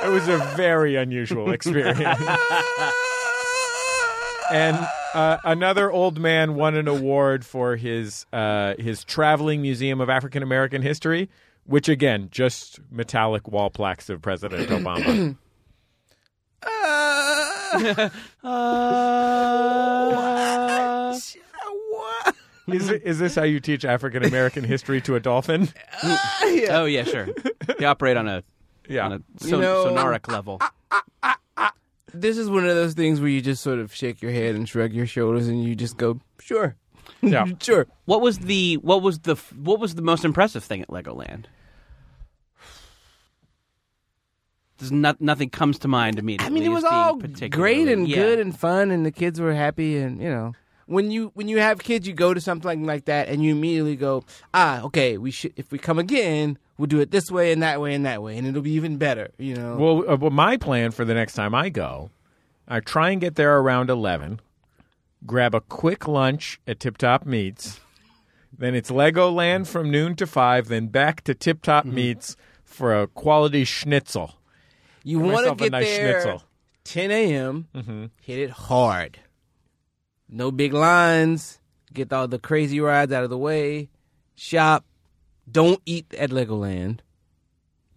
Speaker 2: It was a very unusual experience. and uh, another old man won an award for his uh, his traveling museum of African American history, which again just metallic wall plaques of President Obama.
Speaker 3: Uh,
Speaker 4: What?
Speaker 2: is is this how you teach African American history to a dolphin?
Speaker 3: oh yeah, sure. They operate on a on
Speaker 2: Yeah.
Speaker 3: a son-
Speaker 4: know- um,
Speaker 3: sonoric level.
Speaker 4: This is one of those things where you just sort of shake your head and shrug your shoulders, and you just go, "Sure,
Speaker 2: Yeah.
Speaker 4: sure."
Speaker 3: What was the what was the f- what was the most impressive thing at Legoland? There's not nothing comes to mind immediately.
Speaker 4: I mean, it was
Speaker 3: as being
Speaker 4: all
Speaker 3: particularly-
Speaker 4: great and
Speaker 3: yeah.
Speaker 4: good and fun, and the kids were happy, and you know, when you when you have kids, you go to something like that, and you immediately go, ah, okay, we should if we come again, we'll do it this way and that way and that way, and it'll be even better, you know.
Speaker 2: Well, uh, well, my plan for the next time I go, I try and get there around 11, grab a quick lunch at Tip Top Meats, then it's Legoland from noon to 5, then back to Tip Top
Speaker 4: Mm-hmm.
Speaker 2: Meats for a quality schnitzel.
Speaker 4: you want to
Speaker 2: myself a
Speaker 4: get
Speaker 2: nice
Speaker 4: there
Speaker 2: schnitzel.
Speaker 4: 10 a.m. Hit it hard. No big lines. Get all the crazy rides out of the way. Shop. Don't eat at Legoland.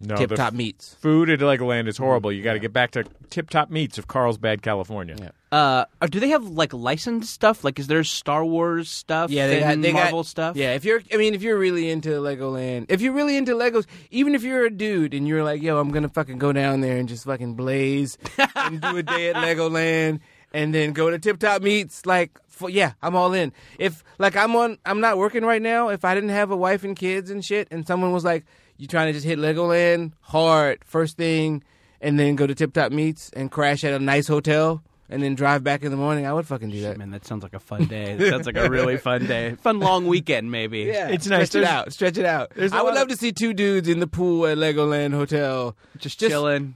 Speaker 2: No,
Speaker 4: Tip
Speaker 2: Oh, the
Speaker 4: Top
Speaker 2: f-
Speaker 4: Meats.
Speaker 2: Food at Legoland is horrible. You got to get back to Tip Top Meats of Carlsbad, California.
Speaker 4: Yeah.
Speaker 3: Uh, are- do they have like licensed stuff? Like, is there Star Wars stuff?
Speaker 4: Yeah, they got
Speaker 3: and
Speaker 4: they
Speaker 3: Marvel
Speaker 4: got,
Speaker 3: stuff.
Speaker 4: Yeah, if you're, I mean, if you're really into Legoland, if you're really into Legos, even if you're a dude and you're like, yo, I'm gonna fucking go down there and just fucking blaze and do a day at Legoland and then go to Tip Top Meets, like, for, yeah, I'm all in. If like I'm on, I'm not working right now. If I didn't have a wife and kids and shit, and someone was like, you trying to just hit Legoland hard first thing, and then go to Tip Top Meets and crash at a nice hotel. And then drive back in the morning. I would fucking do that.
Speaker 3: Man, that sounds like a fun day. That sounds like a really fun day. Fun long weekend, maybe.
Speaker 4: Yeah,
Speaker 2: It's nice.
Speaker 4: Stretch it
Speaker 2: There's-
Speaker 4: out. Stretch it out.
Speaker 2: there's a
Speaker 4: I would
Speaker 2: lot
Speaker 4: love
Speaker 2: of-
Speaker 4: to see two dudes in the pool at Legoland Hotel,
Speaker 3: Just,
Speaker 4: Just-
Speaker 3: chilling.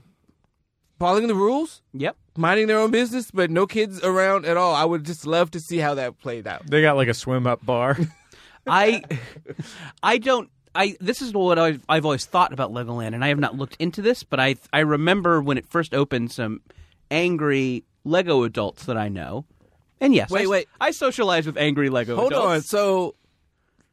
Speaker 4: following the rules,
Speaker 3: Yep.
Speaker 4: minding their own business, but no kids around at all. I would just love to see how that played out.
Speaker 2: They got like a swim up bar.
Speaker 3: I, I don't. I this is what I've, I've always thought about Legoland, and I have not looked into this, but I I remember when it first opened, some angry Lego adults that I know, and yes,
Speaker 4: Wait,
Speaker 3: I,
Speaker 4: wait.
Speaker 3: I socialize with angry Lego.
Speaker 4: Hold on.
Speaker 3: adults.
Speaker 4: So,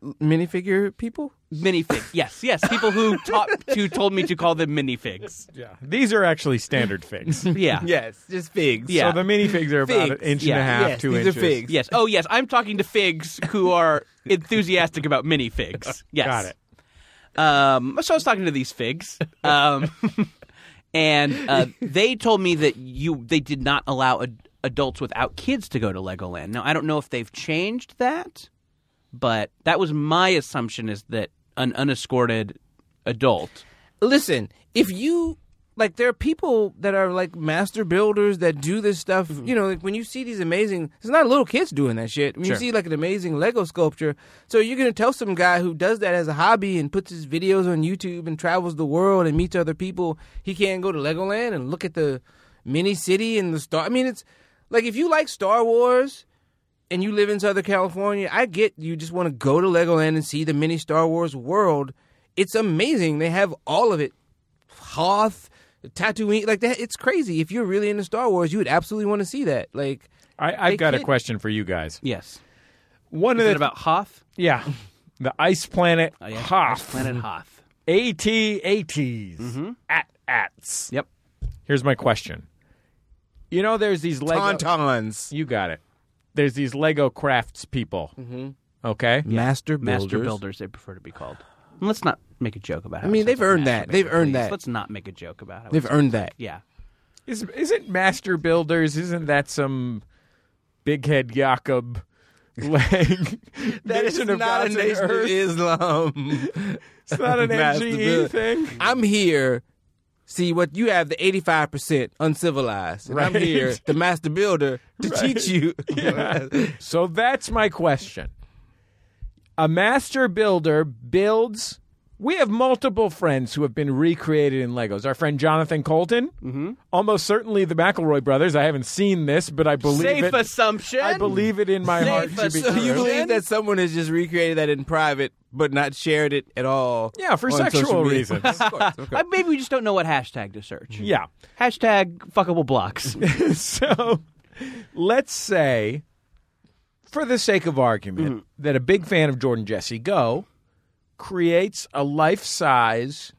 Speaker 4: minifigure people?
Speaker 3: minifig. Yes, yes, people who taught who told me to call them minifigs.
Speaker 2: yeah. These are actually standard figs.
Speaker 3: Yeah,
Speaker 4: Yes, just figs.
Speaker 3: Yeah.
Speaker 2: So the minifigs are about an
Speaker 4: Figs.
Speaker 2: inch and
Speaker 3: Yeah.
Speaker 2: a half,
Speaker 4: Yes,
Speaker 2: two
Speaker 4: these are
Speaker 2: inches.
Speaker 4: figs.
Speaker 3: Yes. Oh, yes. I'm talking to figs who are enthusiastic about minifigs. Yes.
Speaker 2: Got it.
Speaker 3: Um, so I was talking to these figs, um, and uh, they told me that you they did not allow ad- adults without kids to go to Legoland. Now I don't know if they've changed that, but that was my assumption: is that an unescorted adult.
Speaker 4: Listen, if you like, there are people that are like master builders that do this stuff. You know, like when you see these amazing, it's not little kids doing that shit. When you see like an amazing Lego sculpture, so you're gonna tell some guy who does that as a hobby and puts his videos on YouTube and travels the world and meets other people, he can't go to Legoland and look at the mini city and the star. I mean, it's like if you like Star Wars and you live in Southern California, I get you just want to go to Legoland and see the mini Star Wars world. It's amazing. They have all of it. Hoth, Tatooine, like that. It's crazy. If you're really into Star Wars, you would absolutely want to see that. Like,
Speaker 2: I, I've
Speaker 4: They
Speaker 2: got a
Speaker 4: can't-
Speaker 2: question for you guys.
Speaker 3: Yes.
Speaker 2: One
Speaker 3: Is
Speaker 2: of
Speaker 3: it
Speaker 2: the
Speaker 3: about Hoth?
Speaker 2: Yeah. The ice planet
Speaker 3: Oh, yeah.
Speaker 2: Hoth.
Speaker 3: Planet Mm-hmm. Hoth.
Speaker 2: AT-ATs. At ats.
Speaker 3: Yep.
Speaker 2: Here's my question. You know, there's these Lego.
Speaker 4: uh, Tauntauns.
Speaker 2: You got it. There's these Lego crafts people. Mm-hmm. Okay.
Speaker 4: Master builders.
Speaker 3: Master builders, they prefer to be called. And let's not make a joke about. How
Speaker 4: mean,
Speaker 3: it's
Speaker 4: they've
Speaker 3: a
Speaker 4: earned
Speaker 3: national
Speaker 4: that. They've
Speaker 3: baby,
Speaker 4: earned
Speaker 3: please.
Speaker 4: that.
Speaker 3: Let's not make a joke about how
Speaker 4: They've
Speaker 3: it's-
Speaker 4: earned that.
Speaker 3: Yeah.
Speaker 2: Is isn't Master Builders? Isn't that some big head Jakob? Lang Nation of Gods and Earth?
Speaker 4: Islam.
Speaker 2: It's not an
Speaker 4: Master
Speaker 2: NGE
Speaker 4: Builder.
Speaker 2: thing.
Speaker 4: I'm here. See what you have the 85% uncivilized. And I'm
Speaker 2: Right.
Speaker 4: here, the master builder, to teach you.
Speaker 2: So that's my question. A master builder builds. We have multiple friends who have been recreated in Legos. Our friend Jonathan Colton, almost certainly the McElroy brothers. I haven't seen this, but I believe
Speaker 3: Safe
Speaker 2: it.
Speaker 3: assumption.
Speaker 2: I believe it in my
Speaker 3: Safe
Speaker 2: heart to be
Speaker 3: assumption.
Speaker 4: you
Speaker 2: true.
Speaker 4: believe that someone has just recreated that in private, but not shared it at all?
Speaker 2: Yeah, for
Speaker 4: on social
Speaker 2: sexual
Speaker 4: media?
Speaker 2: reasons.
Speaker 4: of course, of
Speaker 3: I,
Speaker 4: course.
Speaker 3: maybe we just don't know what hashtag to search.
Speaker 2: yeah.
Speaker 3: Hashtag fuckable blocks.
Speaker 2: so let's say, for the sake of argument, that a big fan of Jordan Jesse Go creates a life size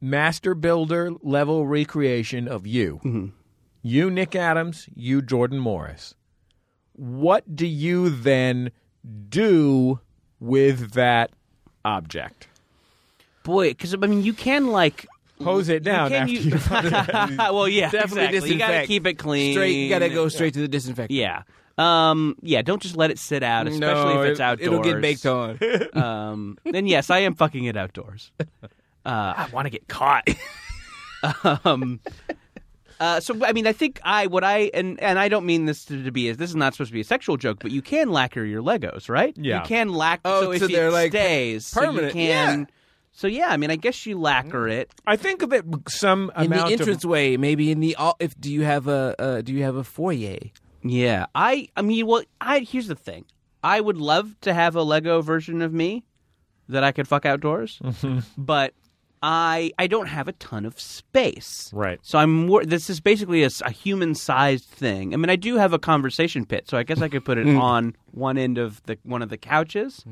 Speaker 2: master builder level recreation of you. You, Nick Adams, you, Jordan Morris. What do you then do with that object?
Speaker 3: Boy, because I mean, you can like.
Speaker 2: Hose it down
Speaker 3: can
Speaker 2: after
Speaker 3: you-
Speaker 2: you
Speaker 3: well, yeah,
Speaker 4: Definitely
Speaker 3: exactly. You gotta
Speaker 4: disinfect.
Speaker 3: keep it clean.
Speaker 4: Straight, you gotta go straight to the disinfectant.
Speaker 3: Yeah. Um. Yeah. Don't just let it sit out, especially
Speaker 4: No,
Speaker 3: if it's
Speaker 4: it-
Speaker 3: outdoors.
Speaker 4: It'll get baked on.
Speaker 3: Um. Then yes, I am fucking it outdoors. Uh, I want to get caught. um. Uh, so I mean, I think I what I and and I don't mean this to, to be this is not supposed to be a sexual joke, but you can lacquer your Legos, right?
Speaker 2: Yeah.
Speaker 3: You can lacquer.
Speaker 4: Oh,
Speaker 3: so
Speaker 4: so
Speaker 3: if
Speaker 4: they're,
Speaker 3: it
Speaker 4: like,
Speaker 3: stays so
Speaker 4: permanent,
Speaker 3: you can. So yeah, I mean, I guess you lacquer it.
Speaker 2: I think that some
Speaker 4: In the
Speaker 2: amount of
Speaker 4: entranceway, maybe in the all. If do you have a uh, do you have a foyer?
Speaker 3: Yeah, I I mean, well, I here's the thing. I would love to have a Lego version of me that I could fuck outdoors, but I I don't have a ton of space.
Speaker 2: Right.
Speaker 3: So I'm more. This is basically a, human sized thing. I mean, I do have a conversation pit, so I guess I could put it on one end of the one of the couches.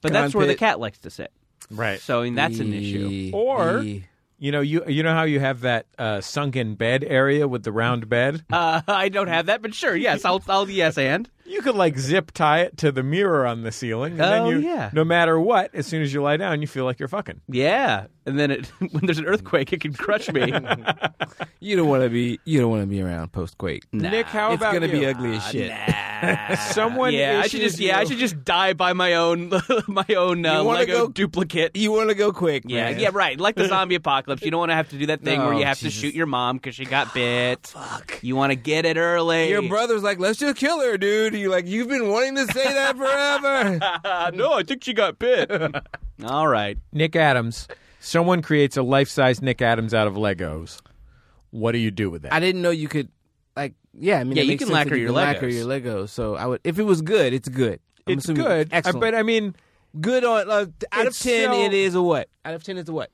Speaker 3: But that's
Speaker 4: Con
Speaker 3: where the
Speaker 4: pit.
Speaker 3: cat likes to sit.
Speaker 2: right.
Speaker 3: So I mean, that's an issue.
Speaker 4: E-
Speaker 2: Or-
Speaker 4: e-
Speaker 2: You know, you you know how you have that uh, sunken bed area with the round bed.
Speaker 3: Uh, I don't have that, but sure, yes, I'll, I'll yes and.
Speaker 2: You could like zip tie it to the mirror on the ceiling, and then
Speaker 3: Oh,
Speaker 2: you,
Speaker 3: yeah.
Speaker 2: no matter what, as soon as you lie down, you feel like you're fucking.
Speaker 3: Yeah, and then it, when there's an earthquake, it can crush me.
Speaker 4: you don't want to be you don't want to be around post quake.
Speaker 2: Nick, how
Speaker 4: it's
Speaker 2: about
Speaker 4: gonna be
Speaker 2: you?
Speaker 4: ugly as shit.
Speaker 2: Someone
Speaker 3: yeah, I should
Speaker 2: issued
Speaker 3: just yeah, I
Speaker 2: you-
Speaker 3: should just die by my own my own uh,
Speaker 4: You wanna
Speaker 3: Lego
Speaker 4: go-
Speaker 3: duplicate.
Speaker 4: You want to go quick?
Speaker 3: Yeah,
Speaker 4: man.
Speaker 3: yeah, right. Like the zombie apocalypse, you don't want to have to do that thing where
Speaker 4: No,
Speaker 3: you have to
Speaker 4: Jesus.
Speaker 3: shoot your mom because she got bit. Fuck. You want to get it early.
Speaker 4: Your brother's like, let's just kill her, dude. You like, you've been wanting to say that forever.
Speaker 3: Uh, no, I think she got bit. All right.
Speaker 2: Nick Adams. Someone creates a life-size Nick Adams out of Legos. What do you do with that?
Speaker 4: I didn't know you could, like, yeah. I mean,
Speaker 3: Yeah,
Speaker 4: it
Speaker 3: you
Speaker 4: makes
Speaker 3: can
Speaker 4: sense
Speaker 3: lacquer
Speaker 4: that
Speaker 3: your
Speaker 4: you can lacquer
Speaker 3: Legos.
Speaker 4: your Legos. So I would, if it was good, it's good. I'm
Speaker 2: it's
Speaker 4: assuming
Speaker 2: good, I-
Speaker 4: excellent.
Speaker 2: but I mean,
Speaker 4: good on uh, out of
Speaker 2: It's
Speaker 4: ten,
Speaker 2: so-
Speaker 4: it is a what? Out of ten, it's a what?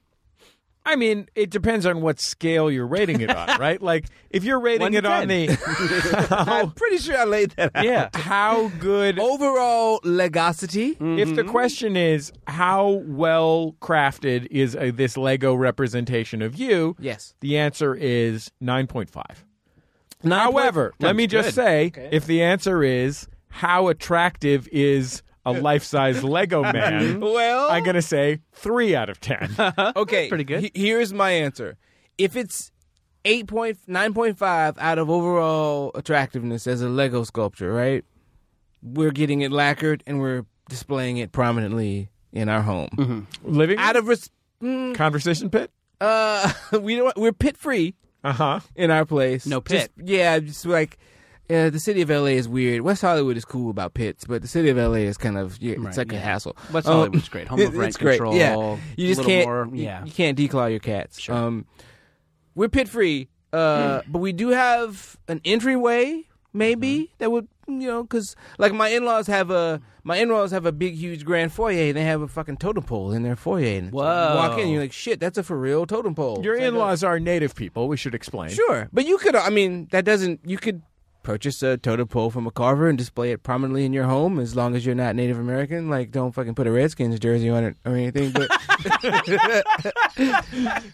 Speaker 2: I mean, it depends on what scale you're rating it on, right? Like if you're
Speaker 3: One
Speaker 2: rating
Speaker 3: to
Speaker 2: it on
Speaker 3: ten.
Speaker 2: the
Speaker 4: I'm pretty sure I laid that out.
Speaker 2: yeah, how good
Speaker 4: Overall legosity.
Speaker 3: Mm.
Speaker 2: If the question is how well crafted is uh this Lego representation of you,
Speaker 4: Yes.
Speaker 2: the answer is 9.5.
Speaker 4: Nine
Speaker 2: However,
Speaker 4: point-
Speaker 2: let me just say if the answer is how attractive is a life-size Lego man,
Speaker 4: Mm-hmm. well,
Speaker 2: I'm going to say 3 out of 10.
Speaker 4: okay,
Speaker 3: pretty good.
Speaker 4: he- here's my answer. If it's 8.9.5 out of overall attractiveness as a Lego sculpture, right? We're getting it lacquered and we're displaying it prominently in our home.
Speaker 3: Mm-hmm.
Speaker 2: Living
Speaker 4: Out of res-
Speaker 2: conversation pit?
Speaker 4: uh, we don't we're pit free
Speaker 2: Uh-huh.
Speaker 4: in our place.
Speaker 3: No
Speaker 4: Just-
Speaker 3: pit.
Speaker 4: yeah, just like uh, the city of LA is weird. West Hollywood is cool about pits, but the city of LA is kind of yeah, it's like a hassle.
Speaker 3: West
Speaker 4: Um,
Speaker 3: Hollywood's great. Home
Speaker 4: it-
Speaker 3: of rent
Speaker 4: it's great.
Speaker 3: control.
Speaker 4: Yeah. You just
Speaker 3: little
Speaker 4: can't
Speaker 3: More,
Speaker 4: you-
Speaker 3: yeah.
Speaker 4: You, can't declaw your cats. Um we're pit free, uh,
Speaker 3: Hmm.
Speaker 4: but we do have an entryway maybe
Speaker 3: Mm-hmm.
Speaker 4: that would you know cuz like my in-laws have a my in-laws have a big huge grand foyer and they have a fucking totem pole in their foyer and
Speaker 3: Whoa.
Speaker 4: you walk in you're like shit that's a for real totem pole.
Speaker 2: Your
Speaker 4: It's like a-
Speaker 2: in-laws are native people, we should explain.
Speaker 4: Sure, but you could. uh, I mean, that doesn't. You could purchase a totem pole from a carver and display it prominently in your home, as long as you're not Native American. Like, don't fucking put a Redskins jersey on it or anything. But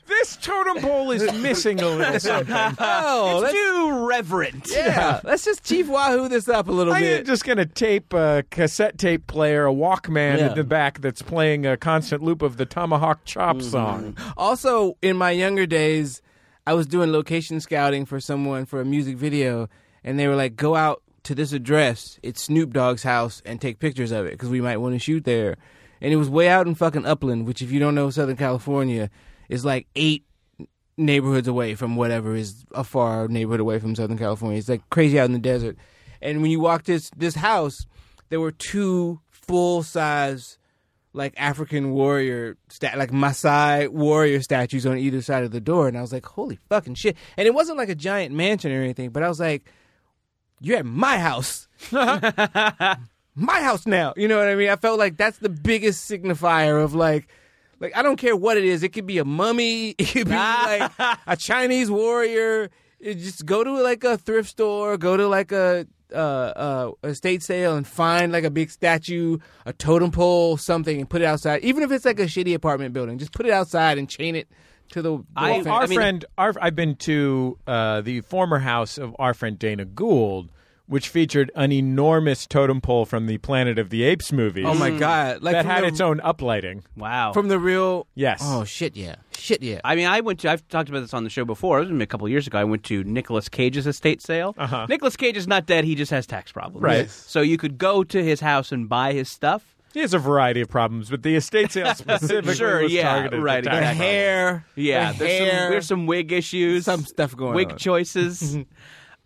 Speaker 2: This totem pole is missing a little something.
Speaker 4: oh,
Speaker 3: Too irreverent.
Speaker 4: Yeah, let's just Chief Wahoo this up a little
Speaker 2: I
Speaker 4: bit.
Speaker 2: ain't just gonna tape a cassette tape player, a Walkman
Speaker 4: Yeah.
Speaker 2: in the back that's playing a constant loop of the Tomahawk Chop
Speaker 4: Mm-hmm.
Speaker 2: song.
Speaker 4: Also, in my younger days, I was doing location scouting for someone for a music video, and they were like, "Go out to this address. It's Snoop Dogg's house, and take pictures of it because we might want to shoot there." And it was way out in fucking Upland, which, if you don't know Southern California, is like eight neighborhoods away from whatever is a far neighborhood away from Southern California. It's like crazy out in the desert. And when you walked this this house, there were two full size like African warrior stat like Maasai warrior statues on either side of the door and I was like, Holy fucking shit. And it wasn't like a giant mansion or anything, but I was like, You're at my house. my house now. You know what I mean? I felt like that's the biggest signifier of like like I don't care what it is. It could be a mummy, it could be like a Chinese warrior. It just go to like a thrift store, go to like a uh, uh, estate sale and find like a big statue, a totem pole, something, and put it outside. Even if it's like a shitty apartment building, just put it outside and chain it to the. the
Speaker 3: I-
Speaker 4: wall fan.
Speaker 2: our
Speaker 3: mean-
Speaker 2: friend, our, I've been to uh, the former house of our friend Dana Gould, which featured an enormous totem pole from the Planet of the Apes movies.
Speaker 4: oh my god! Like
Speaker 2: Mm. that
Speaker 4: from
Speaker 2: had
Speaker 4: the,
Speaker 2: its own uplighting.
Speaker 3: Wow.
Speaker 4: Oh. from the real.
Speaker 2: Yes.
Speaker 4: Oh shit! Yeah, shit! Yeah.
Speaker 3: I mean, I went to. I've talked about this on the show before. It was a couple years ago. I went to Nicolas Cage's estate sale.
Speaker 2: Uh-huh.
Speaker 3: Nicolas Cage is not dead. He just has tax problems.
Speaker 2: Right. Yes.
Speaker 3: So you could go to his house and buy his stuff.
Speaker 2: He has a variety of problems, but the estate sale specifically
Speaker 3: Sure,
Speaker 2: was
Speaker 3: yeah,
Speaker 2: targeted at
Speaker 3: right,
Speaker 2: the
Speaker 4: the
Speaker 2: tax
Speaker 3: exactly.
Speaker 2: problem.
Speaker 4: hair.
Speaker 3: Yeah.
Speaker 4: the
Speaker 3: there's
Speaker 4: hair.
Speaker 3: some there's some wig issues.
Speaker 4: Some stuff going
Speaker 3: wig
Speaker 4: on.
Speaker 3: choices.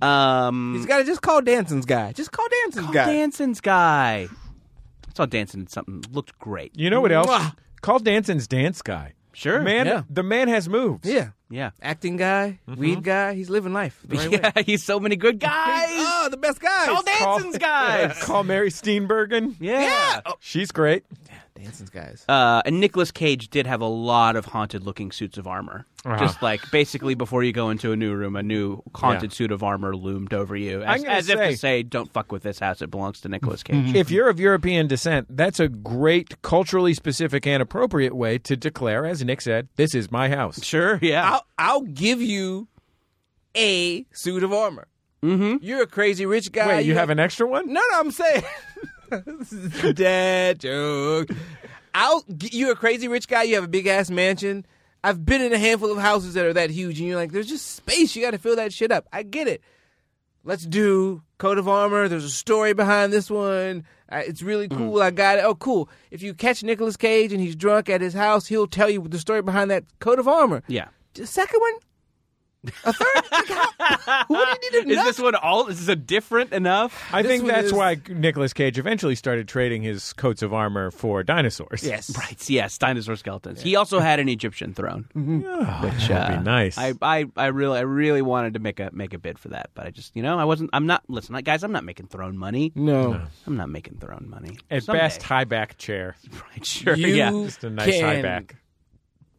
Speaker 3: um.
Speaker 4: He's got to just call Danson's guy. Just call Danson's
Speaker 3: Call
Speaker 4: guy.
Speaker 3: Danson's guy. I saw Danson in something. Looked great.
Speaker 2: You know what else?
Speaker 4: Mwah.
Speaker 2: Call Danson's dance guy.
Speaker 3: Sure.
Speaker 2: Man,
Speaker 4: Yeah.
Speaker 2: the man has moves.
Speaker 4: Yeah. Mm-hmm.
Speaker 3: Yeah.
Speaker 4: acting guy, weed guy. He's living life. The right
Speaker 3: Yeah.
Speaker 4: way.
Speaker 3: He's so many good guys.
Speaker 4: Oh, the best guys.
Speaker 3: Call
Speaker 2: Call-
Speaker 3: Danson's guys.
Speaker 2: Call Mary Steenburgen.
Speaker 3: yeah.
Speaker 2: She's great.
Speaker 4: Oh, Danson's guys.
Speaker 3: uh, and Nicolas Cage did have a lot of haunted looking suits of armor.
Speaker 2: Uh-huh.
Speaker 3: Just like basically before you go into a new room, a new haunted suit of armor loomed over you. As,
Speaker 2: I'm gonna
Speaker 3: as if
Speaker 2: say-
Speaker 3: to say, don't fuck with this house. It belongs to Nicolas Cage.
Speaker 2: If you're of European descent, that's a great culturally specific and appropriate way to declare, as Nick said, this is my house.
Speaker 3: Sure, yeah.
Speaker 4: I'll I'll give you a suit of armor. Mm-hmm. You're a crazy rich guy.
Speaker 3: uh,
Speaker 2: Wait, you
Speaker 4: You're-
Speaker 2: have an extra one?
Speaker 4: No, no, I'm saying. This is a Dad joke. I'll. g- You're a crazy rich guy. You have a big ass mansion. I've been in a handful of houses that are that huge, and you're like, there's just space. You got to fill that shit up. I get it. Let's do coat of armor. There's a story behind this one. I, it's really
Speaker 3: Mm.
Speaker 4: cool. I got it. Oh, cool. If you catch Nicolas Cage and he's drunk at his house, he'll tell you the story behind that coat of armor.
Speaker 3: yeah.
Speaker 4: The second one, a third. Like, how- what do you need to
Speaker 3: Is
Speaker 4: know?
Speaker 3: this one all? Is it different enough?
Speaker 2: I
Speaker 4: This
Speaker 2: think
Speaker 4: one
Speaker 2: that's
Speaker 4: is-
Speaker 2: why Nicolas Cage eventually started trading his coats of armor for dinosaurs.
Speaker 4: yes,
Speaker 3: Right. Yes, dinosaur skeletons. He also had an Egyptian throne, which
Speaker 2: That'd
Speaker 3: uh,
Speaker 2: Oh, be nice.
Speaker 3: I, I, I really, I really wanted to make a make a bid for that, but I just, you know, I wasn't. I'm not. Listen, like, guys, I'm not making throne money.
Speaker 4: No.
Speaker 3: I'm not making throne money.
Speaker 2: At
Speaker 3: Someday.
Speaker 2: best, high back chair.
Speaker 3: Right, sure.
Speaker 4: You
Speaker 3: yeah.
Speaker 2: Just a nice high
Speaker 4: can
Speaker 2: back.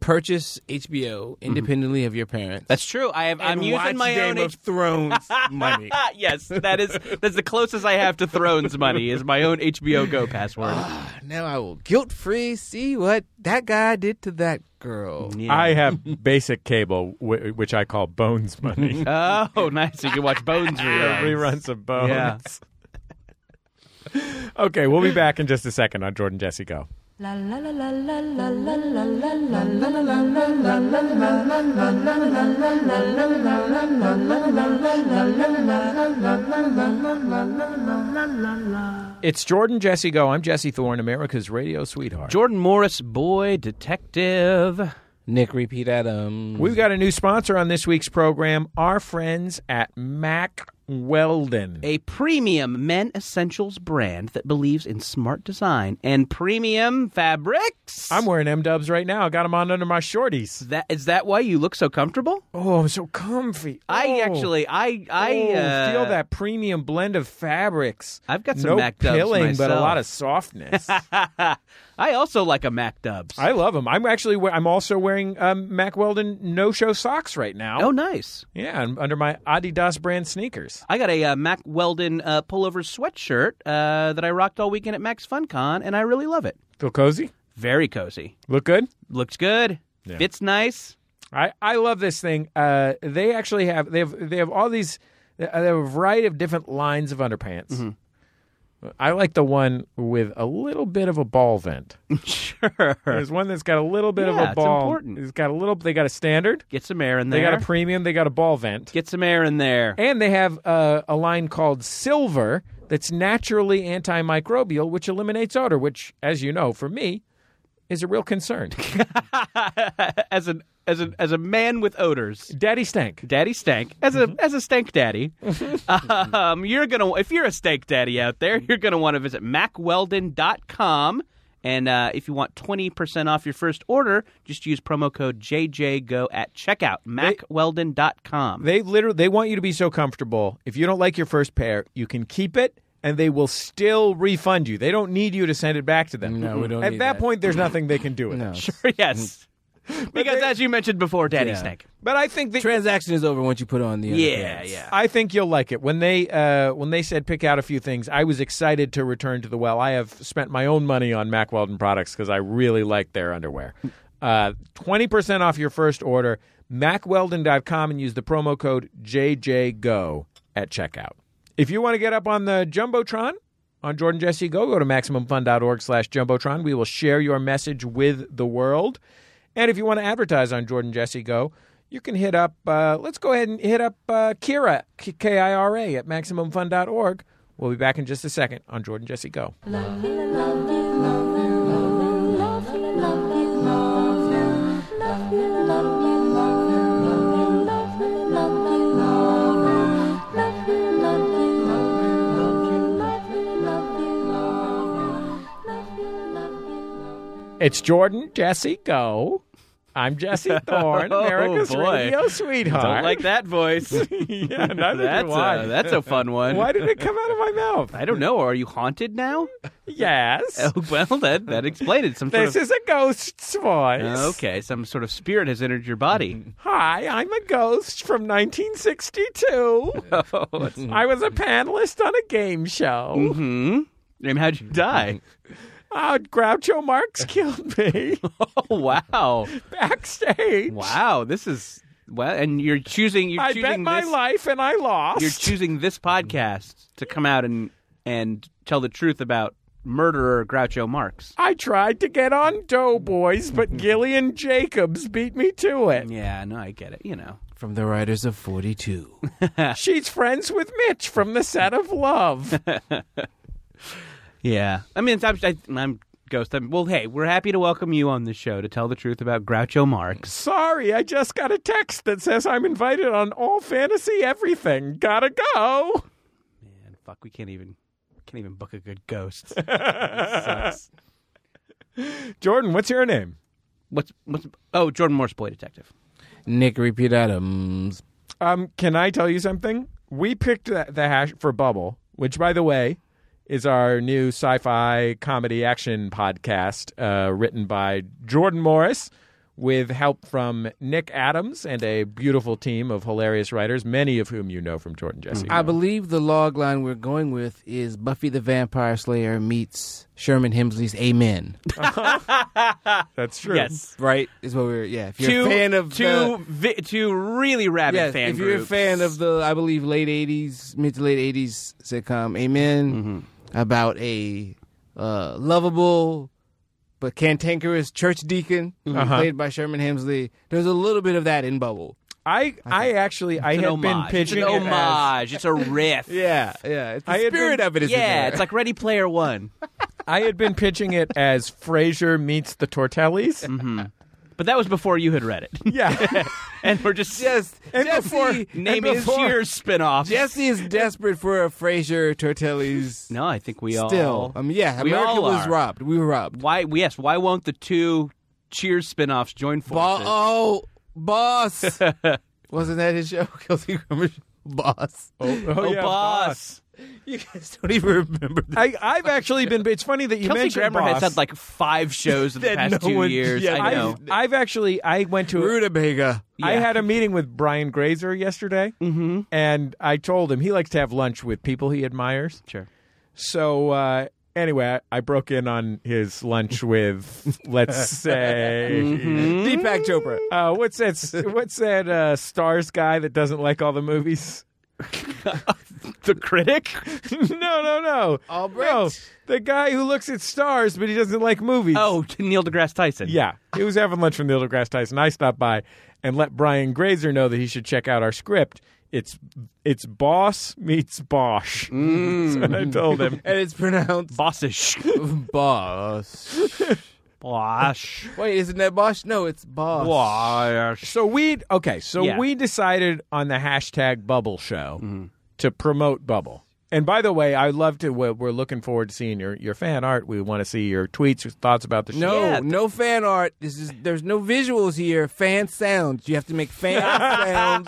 Speaker 4: Purchase HBO independently of your parents.
Speaker 3: Mm-hmm. That's true. I have. I'm
Speaker 4: and
Speaker 3: using
Speaker 4: watch
Speaker 3: my
Speaker 4: Game
Speaker 3: own.
Speaker 4: of Thrones money.
Speaker 3: Ah, yes, that is that's the closest I have to Thrones money is my own HBO Go password.
Speaker 4: Now I will guilt free see what that guy did to that girl.
Speaker 3: Yeah.
Speaker 2: I have basic cable, wh- which I call bones money.
Speaker 3: oh, nice. You can watch Bones reruns.
Speaker 2: Reruns of bones.
Speaker 3: Yeah.
Speaker 2: okay, we'll be back in just a second on Jordan Jesse Go.
Speaker 1: La la la la la la la la la la.
Speaker 2: It's Jordan Jesse Go. I'm Jesse Thorne, America's radio sweetheart.
Speaker 3: Jordan Morris, boy detective.
Speaker 4: Nick, repeat that. Um,
Speaker 2: We've got a new sponsor on this week's program, our friends at Mac Weldon.
Speaker 3: a premium men essentials brand that believes in smart design and premium fabrics.
Speaker 2: I'm wearing M dubs right now. I got them on under my shorties.
Speaker 3: that is that why you look so comfortable?
Speaker 2: Oh, I'm so comfy.
Speaker 3: I
Speaker 2: Oh.
Speaker 3: actually, I, I
Speaker 2: Oh,
Speaker 3: uh,
Speaker 2: feel that premium blend of fabrics.
Speaker 3: I've got some
Speaker 2: no
Speaker 3: Mac Dubs
Speaker 2: pilling, but a
Speaker 3: myself.
Speaker 2: lot of softness.
Speaker 3: I also like a Mac Dubs.
Speaker 2: I love them. I'm actually. we- I'm also wearing um, Mac Weldon no show socks right now.
Speaker 3: oh, nice.
Speaker 2: Yeah, and under my Adidas brand sneakers.
Speaker 3: I got a uh, Mac Weldon uh, pullover sweatshirt uh, that I rocked all weekend at Max FunCon, and I really love it.
Speaker 2: Feel cozy?
Speaker 3: Very cozy.
Speaker 2: Look good?
Speaker 3: Looks good. Fits nice.
Speaker 2: I, I love this thing. Uh, they actually have they have they have all these There there were a variety of different lines of underpants.
Speaker 3: Mm-hmm.
Speaker 2: I like the one with a little bit of a ball vent.
Speaker 3: sure.
Speaker 2: There's one that's got a little bit
Speaker 3: Yeah,
Speaker 2: of a
Speaker 3: it's
Speaker 2: ball.
Speaker 3: important.
Speaker 2: It's got a little. They got a standard.
Speaker 3: Get some air in
Speaker 2: They
Speaker 3: there.
Speaker 2: got a premium. They got a ball vent.
Speaker 3: Get some air in there.
Speaker 2: And they have uh, a line called Silver that's naturally antimicrobial, which eliminates odor, which, as you know, for me, is a real concern.
Speaker 3: as an as a as a man with odors.
Speaker 2: Daddy stank.
Speaker 3: Daddy stank as a
Speaker 2: Mm-hmm.
Speaker 3: as a stank daddy. um, you're gonna if you're a stank daddy out there, you're gonna want to visit macweldon.com. And uh, if you want twenty percent off your first order, just use promo code JJGO at checkout. MacWeldon.com.
Speaker 2: They literally they want you to be so comfortable. If you don't like your first pair, you can keep it, and they will still refund you. They don't need you to send it back to them.
Speaker 4: No, we don't
Speaker 2: At
Speaker 4: need
Speaker 2: that,
Speaker 4: that.
Speaker 2: point, there's nothing they can do with
Speaker 4: No.
Speaker 2: it.
Speaker 3: yes, because
Speaker 2: they-
Speaker 3: as you mentioned before, Daddy
Speaker 4: Yeah.
Speaker 3: Snake.
Speaker 2: But I think that
Speaker 4: Transaction is over once you put on the
Speaker 3: Yeah,
Speaker 4: underpants.
Speaker 3: yeah.
Speaker 2: I think you'll like it. When they uh, when they said pick out a few things, I was excited to return to the well. I have spent my own money on Mack Weldon products because I really like their underwear. Uh, Twenty percent off your first order, MacWeldon.com, and use the promo code JJGO at checkout. If you want to get up on the jumbotron on Jordan Jesse Go, go to maximumfun.org/jumbotron. We will share your message with the world. And if you want to advertise on Jordan Jesse Go, you can hit up, uh, let's go ahead and hit up uh, Kira, K- K-I-R-A, at MaximumFun.org. We'll be back in just a second on Jordan Jesse Go.
Speaker 1: Love you, love you, love you, love you, love you, love you, love you, love you, love you, love you, love you, love you, love you, love you, love you, love you, love you, love you.
Speaker 2: It's Jordan Jesse Go. I'm Jesse Thorne,
Speaker 3: Oh,
Speaker 2: America's
Speaker 3: boy.
Speaker 2: radio sweetheart.
Speaker 3: Don't like that voice.
Speaker 2: yeah, neither
Speaker 3: that's
Speaker 2: do I.
Speaker 3: a, that's a fun one.
Speaker 2: Why did it come out of my mouth?
Speaker 3: I don't know. Are you haunted now?
Speaker 2: Yes.
Speaker 3: Oh, well, that that explained it. Some sort
Speaker 2: This
Speaker 3: of,
Speaker 2: is a ghost's voice.
Speaker 3: okay, some sort of spirit has entered your
Speaker 2: Mm-hmm.
Speaker 3: body.
Speaker 2: Hi, I'm a ghost from 1962.
Speaker 3: Oh,
Speaker 2: I was a panelist on a game show.
Speaker 3: hmm. And how'd you die?
Speaker 2: Oh, Groucho Marx killed me
Speaker 3: Oh wow,
Speaker 2: backstage.
Speaker 3: wow! This is well, and you're choosing. You're
Speaker 2: I
Speaker 3: choosing
Speaker 2: bet my
Speaker 3: this,
Speaker 2: life and I lost.
Speaker 3: You're choosing this podcast to come out and and tell the truth about murderer Groucho Marx.
Speaker 2: I tried to get on Doughboys, but Gillian Jacobs beat me to it.
Speaker 3: Yeah, no, I get it. You know,
Speaker 4: From the writers of 42.
Speaker 2: She's friends with Mitch from the set of Love.
Speaker 3: yeah. I mean, it's, I'm, I, I'm ghost. I'm, well, hey, we're happy to welcome you on the show to tell the truth about Groucho Marx.
Speaker 2: Sorry, I just got a text that says I'm invited on all fantasy everything. Gotta go. Mm-hmm.
Speaker 3: Man, fuck, we can't even can't even book a good ghost.
Speaker 2: Jordan, what's your name?
Speaker 3: What's what's oh Jordan Morse Boy Detective.
Speaker 4: Nick, repeat items.
Speaker 2: Um, can I tell you something? We picked the, the hash for Bubble, which, by the way, is our new sci-fi comedy action podcast uh, written by Jordan Morris with help from Nick Adams and a beautiful team of hilarious writers, many of whom you know from Jordan Jesse.
Speaker 3: Mm-hmm.
Speaker 4: I believe the log line we're going with is Buffy the Vampire Slayer meets Sherman Hemsley's Amen.
Speaker 2: That's true.
Speaker 4: right? Is what we're yeah. If you're
Speaker 3: two
Speaker 4: a fan of
Speaker 3: two
Speaker 4: the,
Speaker 3: vi- two really rabid
Speaker 4: yes,
Speaker 3: fan
Speaker 4: if you're
Speaker 3: groups.
Speaker 4: a fan of the I believe late '80s, mid to late '80s sitcom Amen,
Speaker 3: Mm-hmm.
Speaker 4: about a uh, lovable but cantankerous church deacon
Speaker 3: Uh-huh.
Speaker 4: played by Sherman Hemsley. There's a little bit of that in Bubble.
Speaker 2: I, I actually, I
Speaker 3: it's
Speaker 2: had
Speaker 3: an
Speaker 2: been
Speaker 3: homage.
Speaker 2: pitching
Speaker 3: it's
Speaker 2: it
Speaker 3: an
Speaker 2: as-
Speaker 3: homage. It's a riff.
Speaker 4: Yeah, yeah. It's the
Speaker 2: I had
Speaker 4: spirit
Speaker 2: been-
Speaker 4: of it is in
Speaker 3: yeah.
Speaker 4: there.
Speaker 3: It's like Ready Player One,
Speaker 2: I had been pitching it as Frasier meets the Tortellis.
Speaker 3: Mm-hmm. but that was before you had read it,
Speaker 2: Yeah.
Speaker 3: and we're just
Speaker 4: yes,
Speaker 2: And
Speaker 4: Jesse,
Speaker 2: before-
Speaker 3: naming
Speaker 2: and before-
Speaker 3: Cheers spinoff.
Speaker 4: Jesse is desperate for a Frasier Tortelli's.
Speaker 3: No, I think we all
Speaker 4: Still, I mean, yeah,
Speaker 3: we
Speaker 4: America
Speaker 3: all
Speaker 4: was
Speaker 3: are.
Speaker 4: robbed. We were robbed.
Speaker 3: Why? Yes. Why won't the two Cheers spinoffs join
Speaker 4: Bo-
Speaker 3: forces?
Speaker 4: oh, boss. Wasn't that his show? Kelsey Grammer's boss.
Speaker 2: oh,
Speaker 3: Oh,
Speaker 2: yeah,
Speaker 3: boss.
Speaker 4: You guys oh, don't even remember that.
Speaker 2: I, I've actually been. It's funny that you
Speaker 3: Kelsey
Speaker 2: mentioned
Speaker 3: Grammer
Speaker 2: boss.
Speaker 3: has had like five shows in the
Speaker 4: That
Speaker 3: past
Speaker 4: no
Speaker 3: two
Speaker 4: one-
Speaker 3: years.
Speaker 4: yeah,
Speaker 3: I
Speaker 4: I've-
Speaker 3: know.
Speaker 2: I've, I've actually I went to
Speaker 4: Rutabaga.
Speaker 2: I
Speaker 3: Yeah. Mm-hmm.
Speaker 2: had a meeting with Brian Grazer yesterday, and I told him he likes to have lunch with people he admires.
Speaker 3: Sure.
Speaker 2: So uh, anyway, I, I broke in on his lunch with, let's say,
Speaker 3: Mm-hmm.
Speaker 4: Deepak Chopra.
Speaker 2: uh, what's that? What's that uh, stars guy that doesn't like all the movies?
Speaker 3: the critic?
Speaker 2: no, no, no.
Speaker 4: Albrecht?
Speaker 2: No, the guy who looks at stars but he doesn't like movies.
Speaker 3: Oh, Neil deGrasse Tyson.
Speaker 2: Yeah, he was having lunch with Neil deGrasse Tyson. I stopped by and let Brian Grazer know that he should check out our script. It's it's boss meets Bosch. So I told him.
Speaker 4: and it's pronounced
Speaker 3: Bossish.
Speaker 4: Boss.
Speaker 3: Bosh.
Speaker 4: Wait, isn't that Bosch? No, it's Boss.
Speaker 3: Bosh.
Speaker 2: So we okay. So
Speaker 3: Yeah.
Speaker 2: we decided on the hashtag Bubble Show to promote Bubble. And by the way, I love to. We're we're looking forward to seeing your your fan art. We want to see your tweets, your thoughts about the show.
Speaker 4: No,
Speaker 3: Yeah.
Speaker 4: no fan art. This is there's no visuals here. Fan sounds. You have to make fan sounds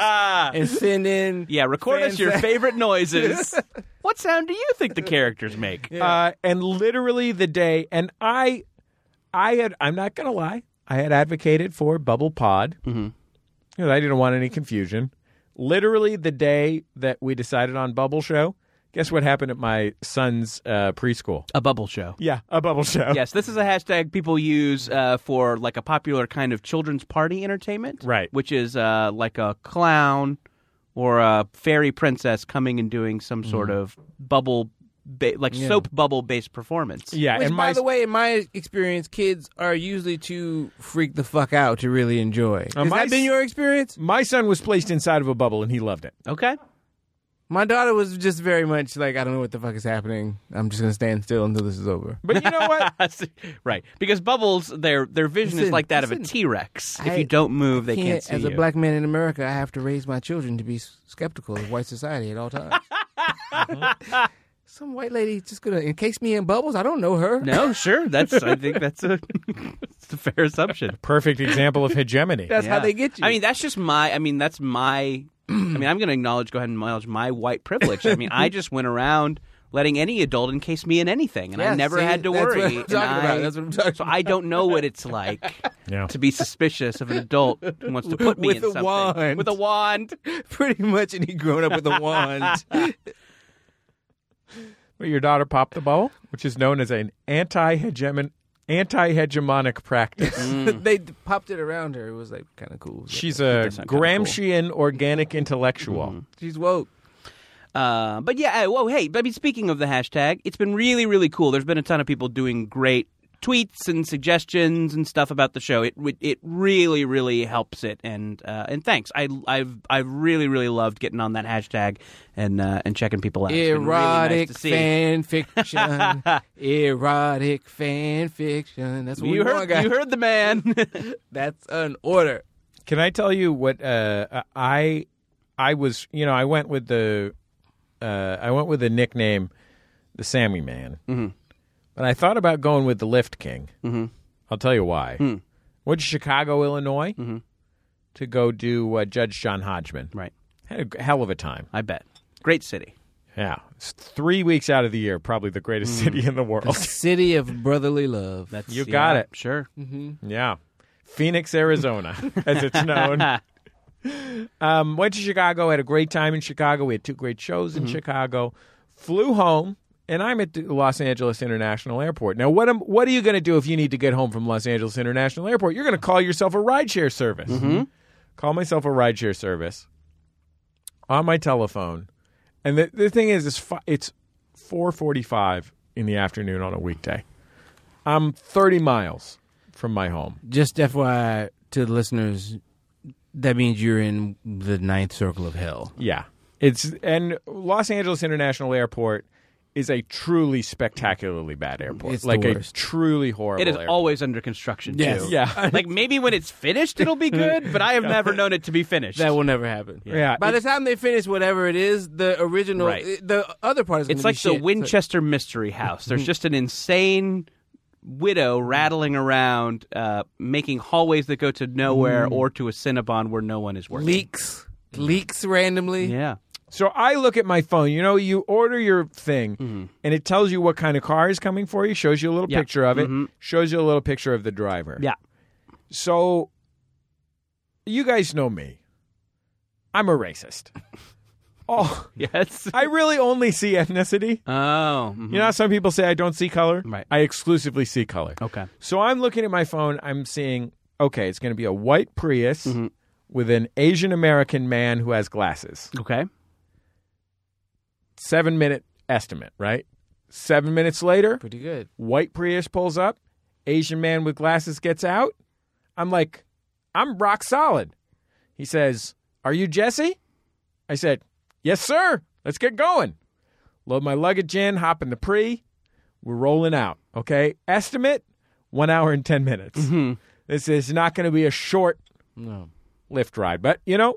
Speaker 4: and send in.
Speaker 3: Yeah, record us
Speaker 4: Fan
Speaker 3: your
Speaker 4: sound.
Speaker 3: favorite noises. what sound do you think the characters make?
Speaker 2: Uh, and literally the day, and I, I had, I'm not gonna lie, I had advocated for Bubble Pod
Speaker 4: Mm-hmm.
Speaker 2: because I didn't want any confusion. Literally the day that we decided on Bubble Show, guess what happened at my son's uh, preschool?
Speaker 3: A bubble show.
Speaker 2: Yeah, a Bubble Show.
Speaker 3: Yes, this is a hashtag people use uh, for like a popular kind of children's party entertainment.
Speaker 2: Right.
Speaker 3: Which is uh, like a clown or a fairy princess coming and doing some
Speaker 2: Mm-hmm.
Speaker 3: sort of bubble, ba- like soap bubble based performance.
Speaker 2: yeah.
Speaker 4: Which,
Speaker 2: and
Speaker 4: by
Speaker 2: my
Speaker 4: the way, in my experience, kids are usually too freak the fuck out to really enjoy. Has
Speaker 2: Uh, my
Speaker 4: that been
Speaker 2: s-
Speaker 4: your experience?
Speaker 2: my son was placed inside of a bubble and he loved it.
Speaker 3: Okay.
Speaker 4: My daughter was just very much like, I don't know what the fuck is happening. I'm just gonna stand still until this is over.
Speaker 2: But you know what?
Speaker 3: right. Because bubbles, their their vision is
Speaker 4: Listen,
Speaker 3: like that of a
Speaker 4: listen.
Speaker 3: T Rex. If
Speaker 4: I-
Speaker 3: you don't move, they
Speaker 4: Can't-
Speaker 3: can't see
Speaker 4: as
Speaker 3: you.
Speaker 4: a black man in America, I have to raise my children to be s- skeptical of white society at all times. Some white lady just gonna encase me in bubbles. I don't know her.
Speaker 3: no, sure. That's I think that's a, it's a fair assumption.
Speaker 2: Perfect example of hegemony.
Speaker 4: That's how
Speaker 3: Yeah.
Speaker 4: they get you.
Speaker 3: I mean, that's just my. I mean, that's my. I mean, I'm going to acknowledge. Go ahead and acknowledge my white privilege. I mean, I just went around letting any adult encase me in anything, and I
Speaker 4: Yeah,
Speaker 3: never
Speaker 4: see,
Speaker 3: had to
Speaker 4: that's what
Speaker 3: worry.
Speaker 4: I'm
Speaker 3: and
Speaker 4: talking about.
Speaker 3: I-
Speaker 4: That's what I'm talking
Speaker 3: So I don't know what it's like
Speaker 2: Yeah.
Speaker 3: to be suspicious of an adult who wants to put me
Speaker 4: With
Speaker 3: in
Speaker 4: a
Speaker 3: something.
Speaker 4: wand.
Speaker 3: With a wand.
Speaker 4: pretty much any grown up with a wand.
Speaker 2: Well, your daughter popped the bubble, which is known as an anti-hegemon anti-hegemonic practice.
Speaker 4: Mm.
Speaker 3: Mm.
Speaker 4: they d- popped it around her. It was like kind of cool.
Speaker 2: She's a
Speaker 3: sound kinda
Speaker 2: Gramscian organic intellectual.
Speaker 4: she's woke.
Speaker 3: Uh, but yeah, uh, well, hey, I mean, speaking of the hashtag, it's been really, really cool. There's been a ton of people doing great tweets and suggestions and stuff about the show. It would- it really, really helps it, and uh, and thanks. I I've I've really, really loved getting on that hashtag and uh, and checking people out. It's been really nice
Speaker 4: Erotic
Speaker 3: to see.
Speaker 4: fan fiction. Erotic fan fiction. That's what
Speaker 3: You
Speaker 4: we want,
Speaker 3: heard,
Speaker 4: guys.
Speaker 3: you heard the man.
Speaker 4: That's an order.
Speaker 2: Can I tell you what uh, I I was? You know, I went with the uh, I went with the nickname the Sammy Man, mm-hmm. but I thought about going with the Lift King. Mm-hmm. I'll tell you why. Went to Chicago, Illinois, to go do uh, Judge John Hodgman.
Speaker 3: right,
Speaker 2: Had a g- hell of a time.
Speaker 3: I bet. Great city.
Speaker 2: Yeah, it's three weeks out of the year, probably the greatest city in the world.
Speaker 4: City of brotherly love.
Speaker 3: That's
Speaker 2: You got
Speaker 3: yeah,
Speaker 2: it.
Speaker 3: Sure.
Speaker 2: Yeah. Phoenix, Arizona, as it's known. Um, went to Chicago, had a great time in Chicago. We had two great shows in Chicago. Flew home, and I'm at the Los Angeles International Airport. Now, what am, what are you going to do if you need to get home from Los Angeles International Airport? You're going to call yourself a rideshare service. Call myself a rideshare service on my telephone. And the, the thing is, it's, fi- it's 4.45 in the afternoon on a weekday. I'm 30 miles from my home.
Speaker 4: Just FYI to the listeners, that means you're in the ninth circle of hell.
Speaker 2: Yeah. It's and Los Angeles International Airport is a truly spectacularly bad airport.
Speaker 4: It's the
Speaker 2: like a
Speaker 4: worst.
Speaker 2: truly horrible
Speaker 3: It is
Speaker 2: airport.
Speaker 3: always under construction
Speaker 4: Yes.
Speaker 3: too.
Speaker 2: Yeah.
Speaker 3: like maybe when it's finished, it'll be good. But I have never known it to be finished.
Speaker 4: That will never happen.
Speaker 2: Yeah.
Speaker 4: By the time they finish whatever it is, the original,
Speaker 3: Right.
Speaker 4: i- the other part is.
Speaker 3: It's
Speaker 4: gonna
Speaker 3: like
Speaker 4: be
Speaker 3: the
Speaker 4: shit. So- Mm-hmm.
Speaker 3: Winchester Mystery House. There's just an insane widow rattling around, uh, making hallways that go to nowhere
Speaker 4: Mm.
Speaker 3: or to a Cinnabon where no one is working.
Speaker 4: leaks, leaks randomly.
Speaker 3: Yeah.
Speaker 2: So I look at my phone. You know, you order your thing, and it tells you what kind of car is coming for you. Shows you a little
Speaker 3: Mm-hmm. Yeah. Mm-hmm.
Speaker 2: picture of it. Shows you a little picture of the driver.
Speaker 3: Yeah.
Speaker 2: So you guys know me. I'm a racist. oh,
Speaker 3: Yes.
Speaker 2: I really only see ethnicity.
Speaker 3: Oh. mhm.
Speaker 2: You know, how some people say I don't see color.
Speaker 3: Right.
Speaker 2: I exclusively see color.
Speaker 3: Okay.
Speaker 2: So I'm looking at my phone. I'm seeing, okay, it's going to be a white Prius with an Asian American man who has glasses.
Speaker 3: Okay.
Speaker 2: Seven minute estimate, right? Seven minutes later,
Speaker 4: Pretty good.
Speaker 2: white Prius pulls up, Asian man with glasses gets out. I'm like, I'm rock solid. He says, Are you Jesse? I said, Yes, sir. Let's get going. Load my luggage in, hop in the pre. We're rolling out. Okay. Estimate one hour and 10 minutes. This is not going to be a short
Speaker 4: No.
Speaker 2: lift ride. But, you know,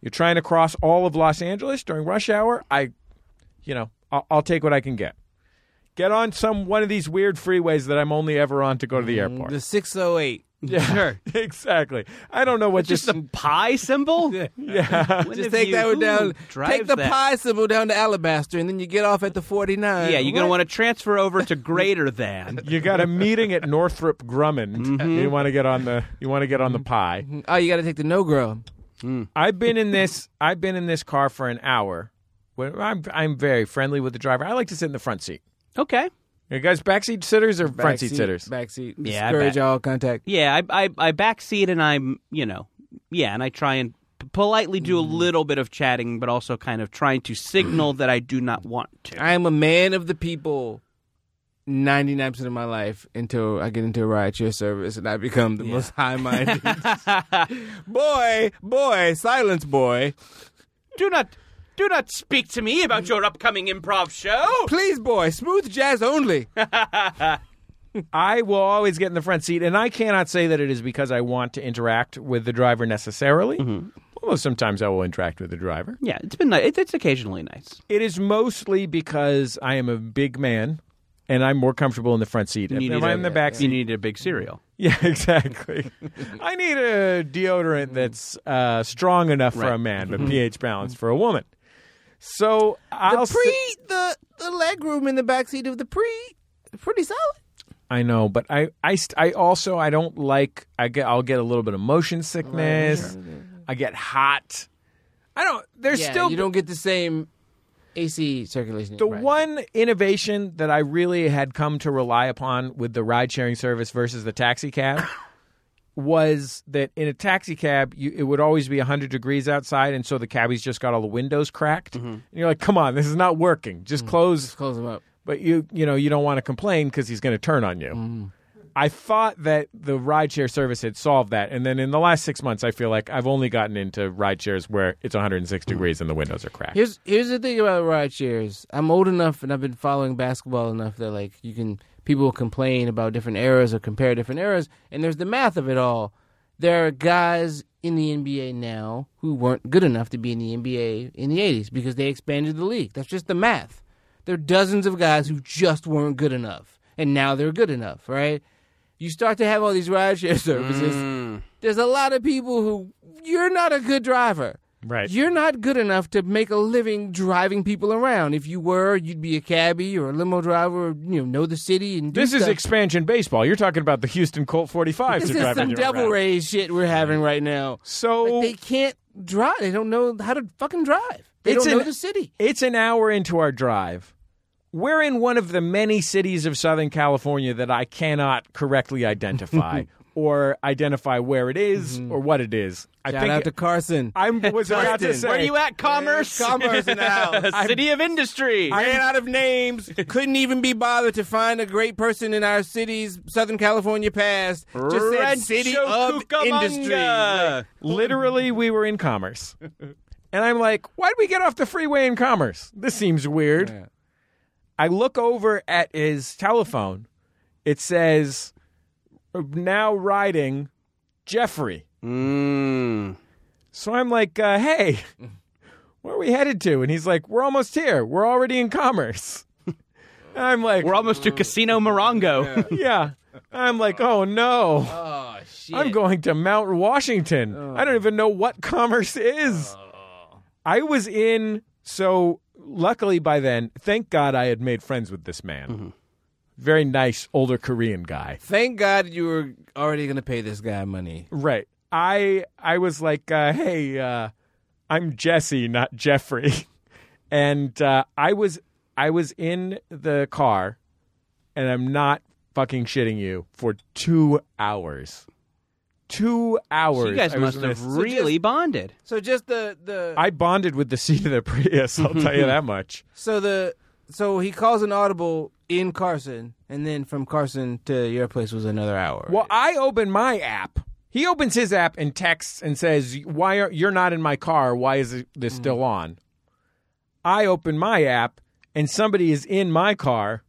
Speaker 2: you're trying to cross all of Los Angeles during rush hour. I, you know, I'll, I'll take what I can get. Get on some one of these weird freeways that I'm only ever on to go to the airport.
Speaker 4: The 608.
Speaker 2: Yeah,
Speaker 3: Sure.
Speaker 2: exactly. I don't know what
Speaker 3: Just
Speaker 2: this.
Speaker 3: a pie symbol?
Speaker 2: yeah,
Speaker 3: When
Speaker 4: Just
Speaker 3: have
Speaker 4: take
Speaker 3: you-
Speaker 4: that one
Speaker 3: who
Speaker 4: down.
Speaker 3: drives
Speaker 4: Take the
Speaker 3: that?
Speaker 4: pie symbol down to Alabaster, and then you get off at the 49.
Speaker 3: Yeah, you're going to
Speaker 4: What?
Speaker 3: want to transfer over to greater than.
Speaker 2: you got a meeting at Northrop Grumman. You want to get on the. You want to get on the pie.
Speaker 4: Oh, you got to take the no grow.
Speaker 2: I've been in this. I've been in this car for an hour. Well, I'm I'm very friendly with the driver. I like to sit in the front seat.
Speaker 3: Okay.
Speaker 2: You guys, back seat sitters or front seat sitters?
Speaker 4: Back seat.
Speaker 3: Yeah, I
Speaker 4: Discourage
Speaker 3: bet.
Speaker 4: all contact.
Speaker 3: Yeah, I, I I backseat and I'm you know yeah, and I try and p- politely do a little bit of chatting, but also kind of trying to signal that I do not want to.
Speaker 4: I am a man of the people 99% of my life until I get into a rideshare service and I become the most high minded. boy, boy, silence, boy.
Speaker 3: Do not do not speak to me about your upcoming improv show.
Speaker 4: Please, boy, smooth jazz only.
Speaker 2: I will always get in the front seat, and I cannot say that it is because I want to interact with the driver necessarily. Although sometimes I will interact with the driver.
Speaker 3: Yeah, it's been nice. It's occasionally nice.
Speaker 2: It is mostly because I am a big man and I'm more comfortable in the front seat. If
Speaker 3: You
Speaker 2: I'm
Speaker 3: need
Speaker 2: in the
Speaker 3: a-
Speaker 2: back
Speaker 3: You
Speaker 2: seat.
Speaker 3: need a big cereal.
Speaker 2: Yeah, exactly. I need a deodorant that's uh, strong enough for a
Speaker 3: Right.
Speaker 2: man, but pH balanced for a woman. So I'll
Speaker 4: the
Speaker 2: sit-
Speaker 4: pre, the, the leg room in the back seat of the pre, pretty solid.
Speaker 2: I know, but I, I, st- I also I don't like. I get, I'll get a little bit of
Speaker 4: Oh,
Speaker 2: motion sickness. I get hot. I don't. There's
Speaker 4: Yeah,
Speaker 2: still
Speaker 4: you don't get the same AC circulation.
Speaker 2: the
Speaker 4: right.
Speaker 2: one innovation that I really had come to rely upon with the ride sharing service versus the taxi cab was that in a taxi cab you, it would always be 100 degrees outside and so the cabbies just got all the windows cracked and you're like come on this is not working just close
Speaker 4: Close them up.
Speaker 2: but you you know you don't want to complain because he's going to turn on you. I thought that the rideshare service had solved that, and then in the last six months, I feel like I've only gotten into rideshares where it's 106 degrees and the windows are cracked.
Speaker 4: Here's here's the thing about ride shares. I'm old enough and I've been following basketball enough that like you can people complain about different eras or compare different eras and there's the math of it all. There are guys in the NBA now who weren't good enough to be in the NBA in the 80s because they expanded the league. That's just the math. There are dozens of guys who just weren't good enough and now they're good enough, right? You start to have all these rideshare services. There's a lot of people who you're not a good driver.
Speaker 2: Right.
Speaker 4: You're not good enough to make a living driving people around. If you were, you'd be a cabbie or a limo driver, or, you know, know the city and do
Speaker 2: This is
Speaker 4: stuff.
Speaker 2: expansion baseball. You're talking about the Houston Colt 45s.
Speaker 4: this
Speaker 2: are
Speaker 4: is
Speaker 2: driving
Speaker 4: some
Speaker 2: you
Speaker 4: devil
Speaker 2: around.
Speaker 4: rays shit we're having right now.
Speaker 2: So
Speaker 4: Like, they can't drive. They don't know how to fucking drive. They
Speaker 2: It's
Speaker 4: don't know
Speaker 2: an-
Speaker 4: the city.
Speaker 2: It's an hour into our drive. We're in one of the many cities of Southern California that I cannot correctly identify or identify where it is or what it is. I
Speaker 4: Mm-hmm. Shout
Speaker 2: think
Speaker 4: out to Carson.
Speaker 2: I was about to
Speaker 4: Preston.
Speaker 2: say.
Speaker 3: Where are you at, Commerce?
Speaker 4: Commerce now.
Speaker 3: City of Industry.
Speaker 4: I ran out of names. Couldn't even be bothered to find a great person in our city's Southern California past. Just said
Speaker 3: Rancho
Speaker 4: city of
Speaker 3: Cucamonga.
Speaker 4: industry.
Speaker 2: Literally, we were in Commerce, and I'm like, "Why'd we get off the freeway in Commerce? This seems weird."
Speaker 4: Yeah.
Speaker 2: I look over at his telephone. It says, "Now riding, Jeffrey."
Speaker 3: Mm.
Speaker 2: So I'm like, uh, hey, where are we headed to? And he's like, we're almost here. We're already in commerce. And I'm like,
Speaker 3: We're almost to Casino Morongo.
Speaker 2: yeah. I'm like, oh no,
Speaker 4: Oh shit! Oh.
Speaker 2: I'm going to Mount Washington. I don't even know what commerce is. I was in, so luckily by then, thank God I had made friends with this man.
Speaker 4: Mm-hmm.
Speaker 2: Very nice older Korean guy.
Speaker 4: Thank God you were already going to pay this guy money.
Speaker 2: Right. I I was like, uh, hey, uh, I'm Jesse, not Jeffrey, and uh, I was I was in the car, and I'm not fucking shitting you for two hours, two hours.
Speaker 3: So you guys
Speaker 2: I was
Speaker 3: must have
Speaker 2: missed.
Speaker 3: really bonded.
Speaker 4: So just the the
Speaker 2: I bonded with the seat of the Prius. I'll tell you that much.
Speaker 4: so the so he calls an audible in Carson, and then from Carson to your place was another hour.
Speaker 2: Well, I open my app. He opens his app and texts and says, "Why are you're not in my car? Why is it- this
Speaker 3: Mm-hmm.
Speaker 2: still on?" I open my app and somebody is in my car,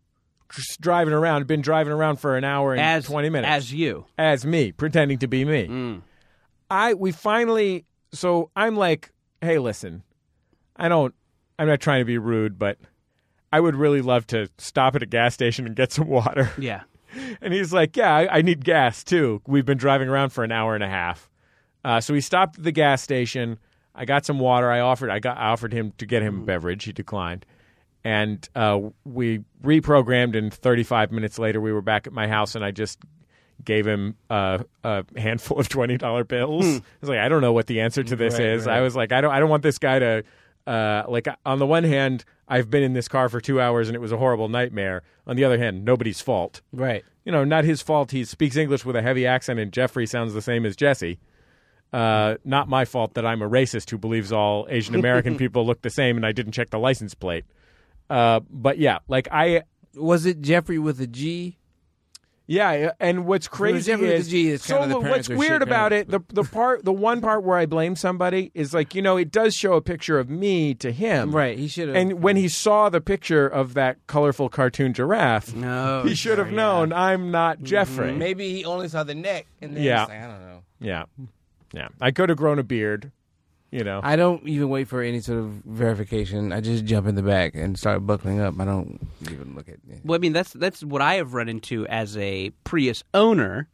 Speaker 2: just driving around. Been driving around for an hour and
Speaker 3: As
Speaker 2: twenty minutes
Speaker 3: As Mm. you.
Speaker 2: as me, pretending to be me. I we finally so I'm like, hey, listen, I don't I'm not trying to be rude, but I would really love to stop at a gas station and get some water.
Speaker 3: Yeah.
Speaker 2: And he's like, yeah, I, I need gas too. We've been driving around for an hour and a half. Uh, so we stopped at the gas station. I got some water. I offered I got I offered him to get him a beverage. He declined. And uh, we reprogrammed, and 35 minutes later, we were back at my house, and I just gave him uh, a handful of twenty dollar bills. I was like, I don't know what the answer to this is. I was like, I don't, I don't want this guy to, uh, like. On the one hand, I've been in this car for two hours, and it was a horrible nightmare. On the other hand, nobody's fault
Speaker 4: right.
Speaker 2: you know, not his fault. He speaks English with a heavy accent, and Jeffrey sounds the same as Jesse. Uh, not my fault that I'm a racist who believes all Asian American people look the same, and I didn't check the license plate. Uh, but yeah, like I,
Speaker 4: Was it Jeffrey with a G?
Speaker 2: yeah, and what's crazy
Speaker 4: Jeffrey with
Speaker 2: is
Speaker 4: the G, it's
Speaker 2: so
Speaker 4: kinda the
Speaker 2: what's
Speaker 4: parents are
Speaker 2: weird
Speaker 4: shit
Speaker 2: about it.
Speaker 4: parents.
Speaker 2: The the part, the one part where I blame somebody is like you know it does show a picture of me to him,
Speaker 4: Right. He should have.
Speaker 2: And when he saw the picture of that colorful cartoon giraffe,
Speaker 3: No.
Speaker 2: he should have known I'm not Jeffrey.
Speaker 4: maybe he only saw the neck, and then
Speaker 2: Yeah.
Speaker 4: he's like, I don't know.
Speaker 2: Yeah. Yeah. I could have grown a beard, you know.
Speaker 4: I don't even wait for any sort of verification. I just jump in the back and start buckling up. I don't even look at. It.
Speaker 3: Well, I mean, that's that's what I have run into as a Prius owner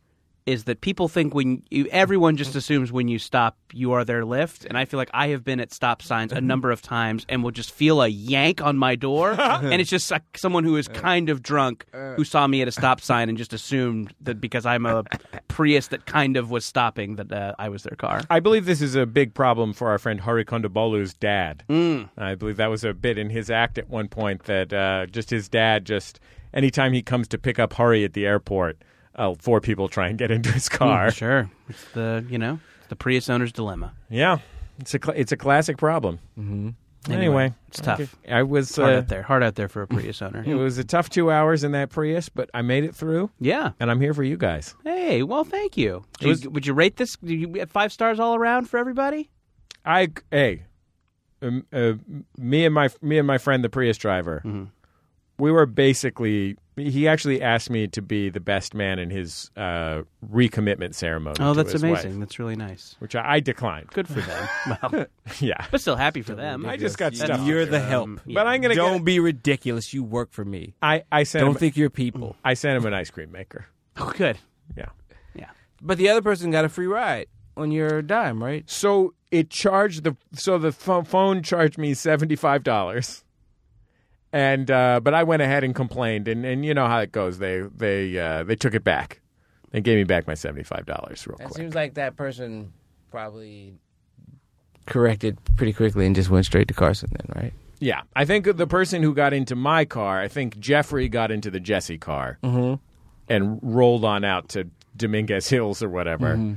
Speaker 3: is that people think when you, everyone just assumes when you stop you are their lift and i feel like i have been at stop signs a number of times and will just feel a yank on my door and it's just like someone who is kind of drunk who saw me at a stop sign and just assumed that because i'm a prius that kind of was stopping that uh, i was their car
Speaker 2: I believe this is a big problem for our friend Hari Kondabolu's dad. I believe that was a bit in his act at one point that uh, just his dad just anytime he comes to pick up Hari at the airport, uh, four people try and get into his car.
Speaker 3: sure it's the you know it's the prius owner's dilemma
Speaker 2: Yeah, it's a cl- it's a classic problem. Mm-hmm. Anyway,
Speaker 3: Anyway, it's tough.
Speaker 2: I was
Speaker 3: hard
Speaker 2: uh,
Speaker 3: out there hard out there for a prius owner
Speaker 2: it was a tough two hours in that Prius, but I made it through,
Speaker 3: yeah
Speaker 2: and I'm here for you guys.
Speaker 3: Hey, well, thank you. Do
Speaker 2: It
Speaker 3: you-
Speaker 2: was-
Speaker 3: would you rate this do you, five stars all around for everybody?
Speaker 2: I hey, um, uh, me and my me and my friend the Prius driver,
Speaker 4: Mm-hmm.
Speaker 2: we were basically. He actually asked me to be the best man in his uh, recommitment ceremony.
Speaker 3: Oh,
Speaker 2: to
Speaker 3: that's
Speaker 2: his
Speaker 3: amazing.
Speaker 2: wife,
Speaker 3: That's really nice.
Speaker 2: which I, I declined.
Speaker 3: Good for them. well,
Speaker 2: Yeah,
Speaker 3: but still happy for them.
Speaker 2: I just got stuff.
Speaker 4: You're the help.
Speaker 2: but I'm gonna
Speaker 4: don't
Speaker 2: get,
Speaker 4: be ridiculous. You work for me.
Speaker 2: I I sent
Speaker 4: Don't
Speaker 2: him,
Speaker 4: think you're people.
Speaker 2: I sent him an ice cream maker.
Speaker 3: Oh, good.
Speaker 2: Yeah.
Speaker 3: Yeah.
Speaker 4: But the other person got a free ride on your dime, right?
Speaker 2: So it charged the so the pho- phone charged me seventy five dollars, and uh, but I went ahead and complained, and, and you know how it goes. They they uh, they took it back. They gave me back my seventy five dollars real
Speaker 4: That
Speaker 2: quick.
Speaker 4: seems like that person probably corrected pretty quickly and just went straight to Carson then, right?
Speaker 2: yeah, I think the person who got into my car, I think Jeffrey got into the Jesse car,
Speaker 4: Mm-hmm.
Speaker 2: and rolled on out to Dominguez Hills or whatever.
Speaker 4: Mm-hmm.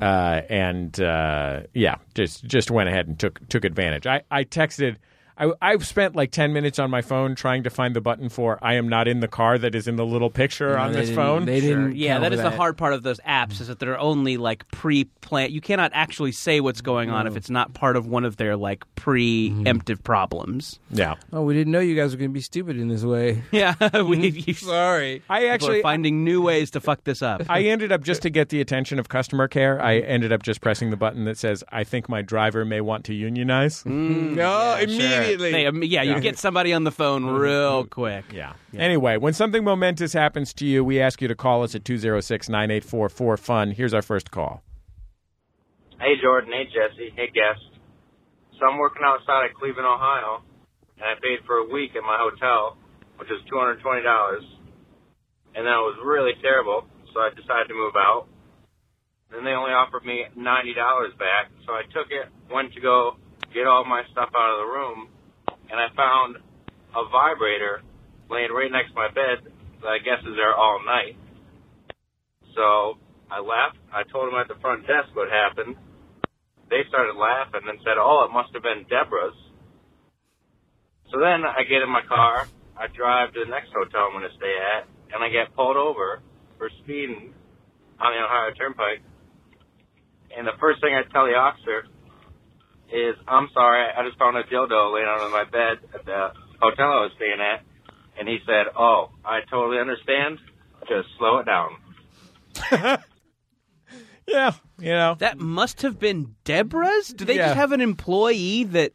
Speaker 2: Uh, and uh, yeah, just just went ahead and took took advantage. I, I texted. I, I've spent like ten minutes on my phone trying to find the button for "I am not in the car" that is in the little picture on
Speaker 4: they
Speaker 2: this
Speaker 4: didn't-
Speaker 2: phone.
Speaker 4: They didn't.
Speaker 3: Yeah,
Speaker 4: count
Speaker 3: that
Speaker 4: for
Speaker 3: is the hard part of those apps is that they're only like pre-planned. You cannot actually say what's going on if it's not part of one of their like preemptive problems.
Speaker 2: yeah,
Speaker 4: Oh, we didn't know you guys were going to be stupid in this way.
Speaker 3: Yeah, Mm-hmm. we you,
Speaker 4: Sorry.
Speaker 2: I
Speaker 3: actually
Speaker 2: actually.
Speaker 3: finding new ways to fuck this up.
Speaker 2: I ended up just to get the attention of customer care. I ended up just pressing the button that says, "I think my driver may want to unionize."
Speaker 4: No, immediately.
Speaker 3: They- um, yeah, you get somebody on the phone real quick.
Speaker 2: Yeah. Anyway, when something momentous happens to you, we ask you to call us at 206 984 4FUN. Here's our first call.
Speaker 5: Hey Jordan, hey Jesse, hey guest. So I'm working outside of Cleveland, Ohio, and I paid for a week at my hotel, which is two hundred twenty dollars, and that was really terrible. So I decided to move out. Then they only offered me ninety dollars back, so I took it, went to go get all my stuff out of the room, and I found a vibrator laying right next to my bed that I guess is there all night. So I laughed. I told him at the front desk what happened. They started laughing and said, "Oh, it must have been Deborah's." So then I get in my car. I drive to the next hotel I'm going to stay at, and I get pulled over for speeding on the Ohio Turnpike. And the first thing I tell the officer is, I'm sorry, I just found a dildo laying on my bed at the hotel I was staying at. And he said, Oh, I totally understand. Just slow it down.
Speaker 2: Yeah, you know.
Speaker 3: That must have been Deborah's. Do they
Speaker 2: Yeah.
Speaker 3: just have an employee that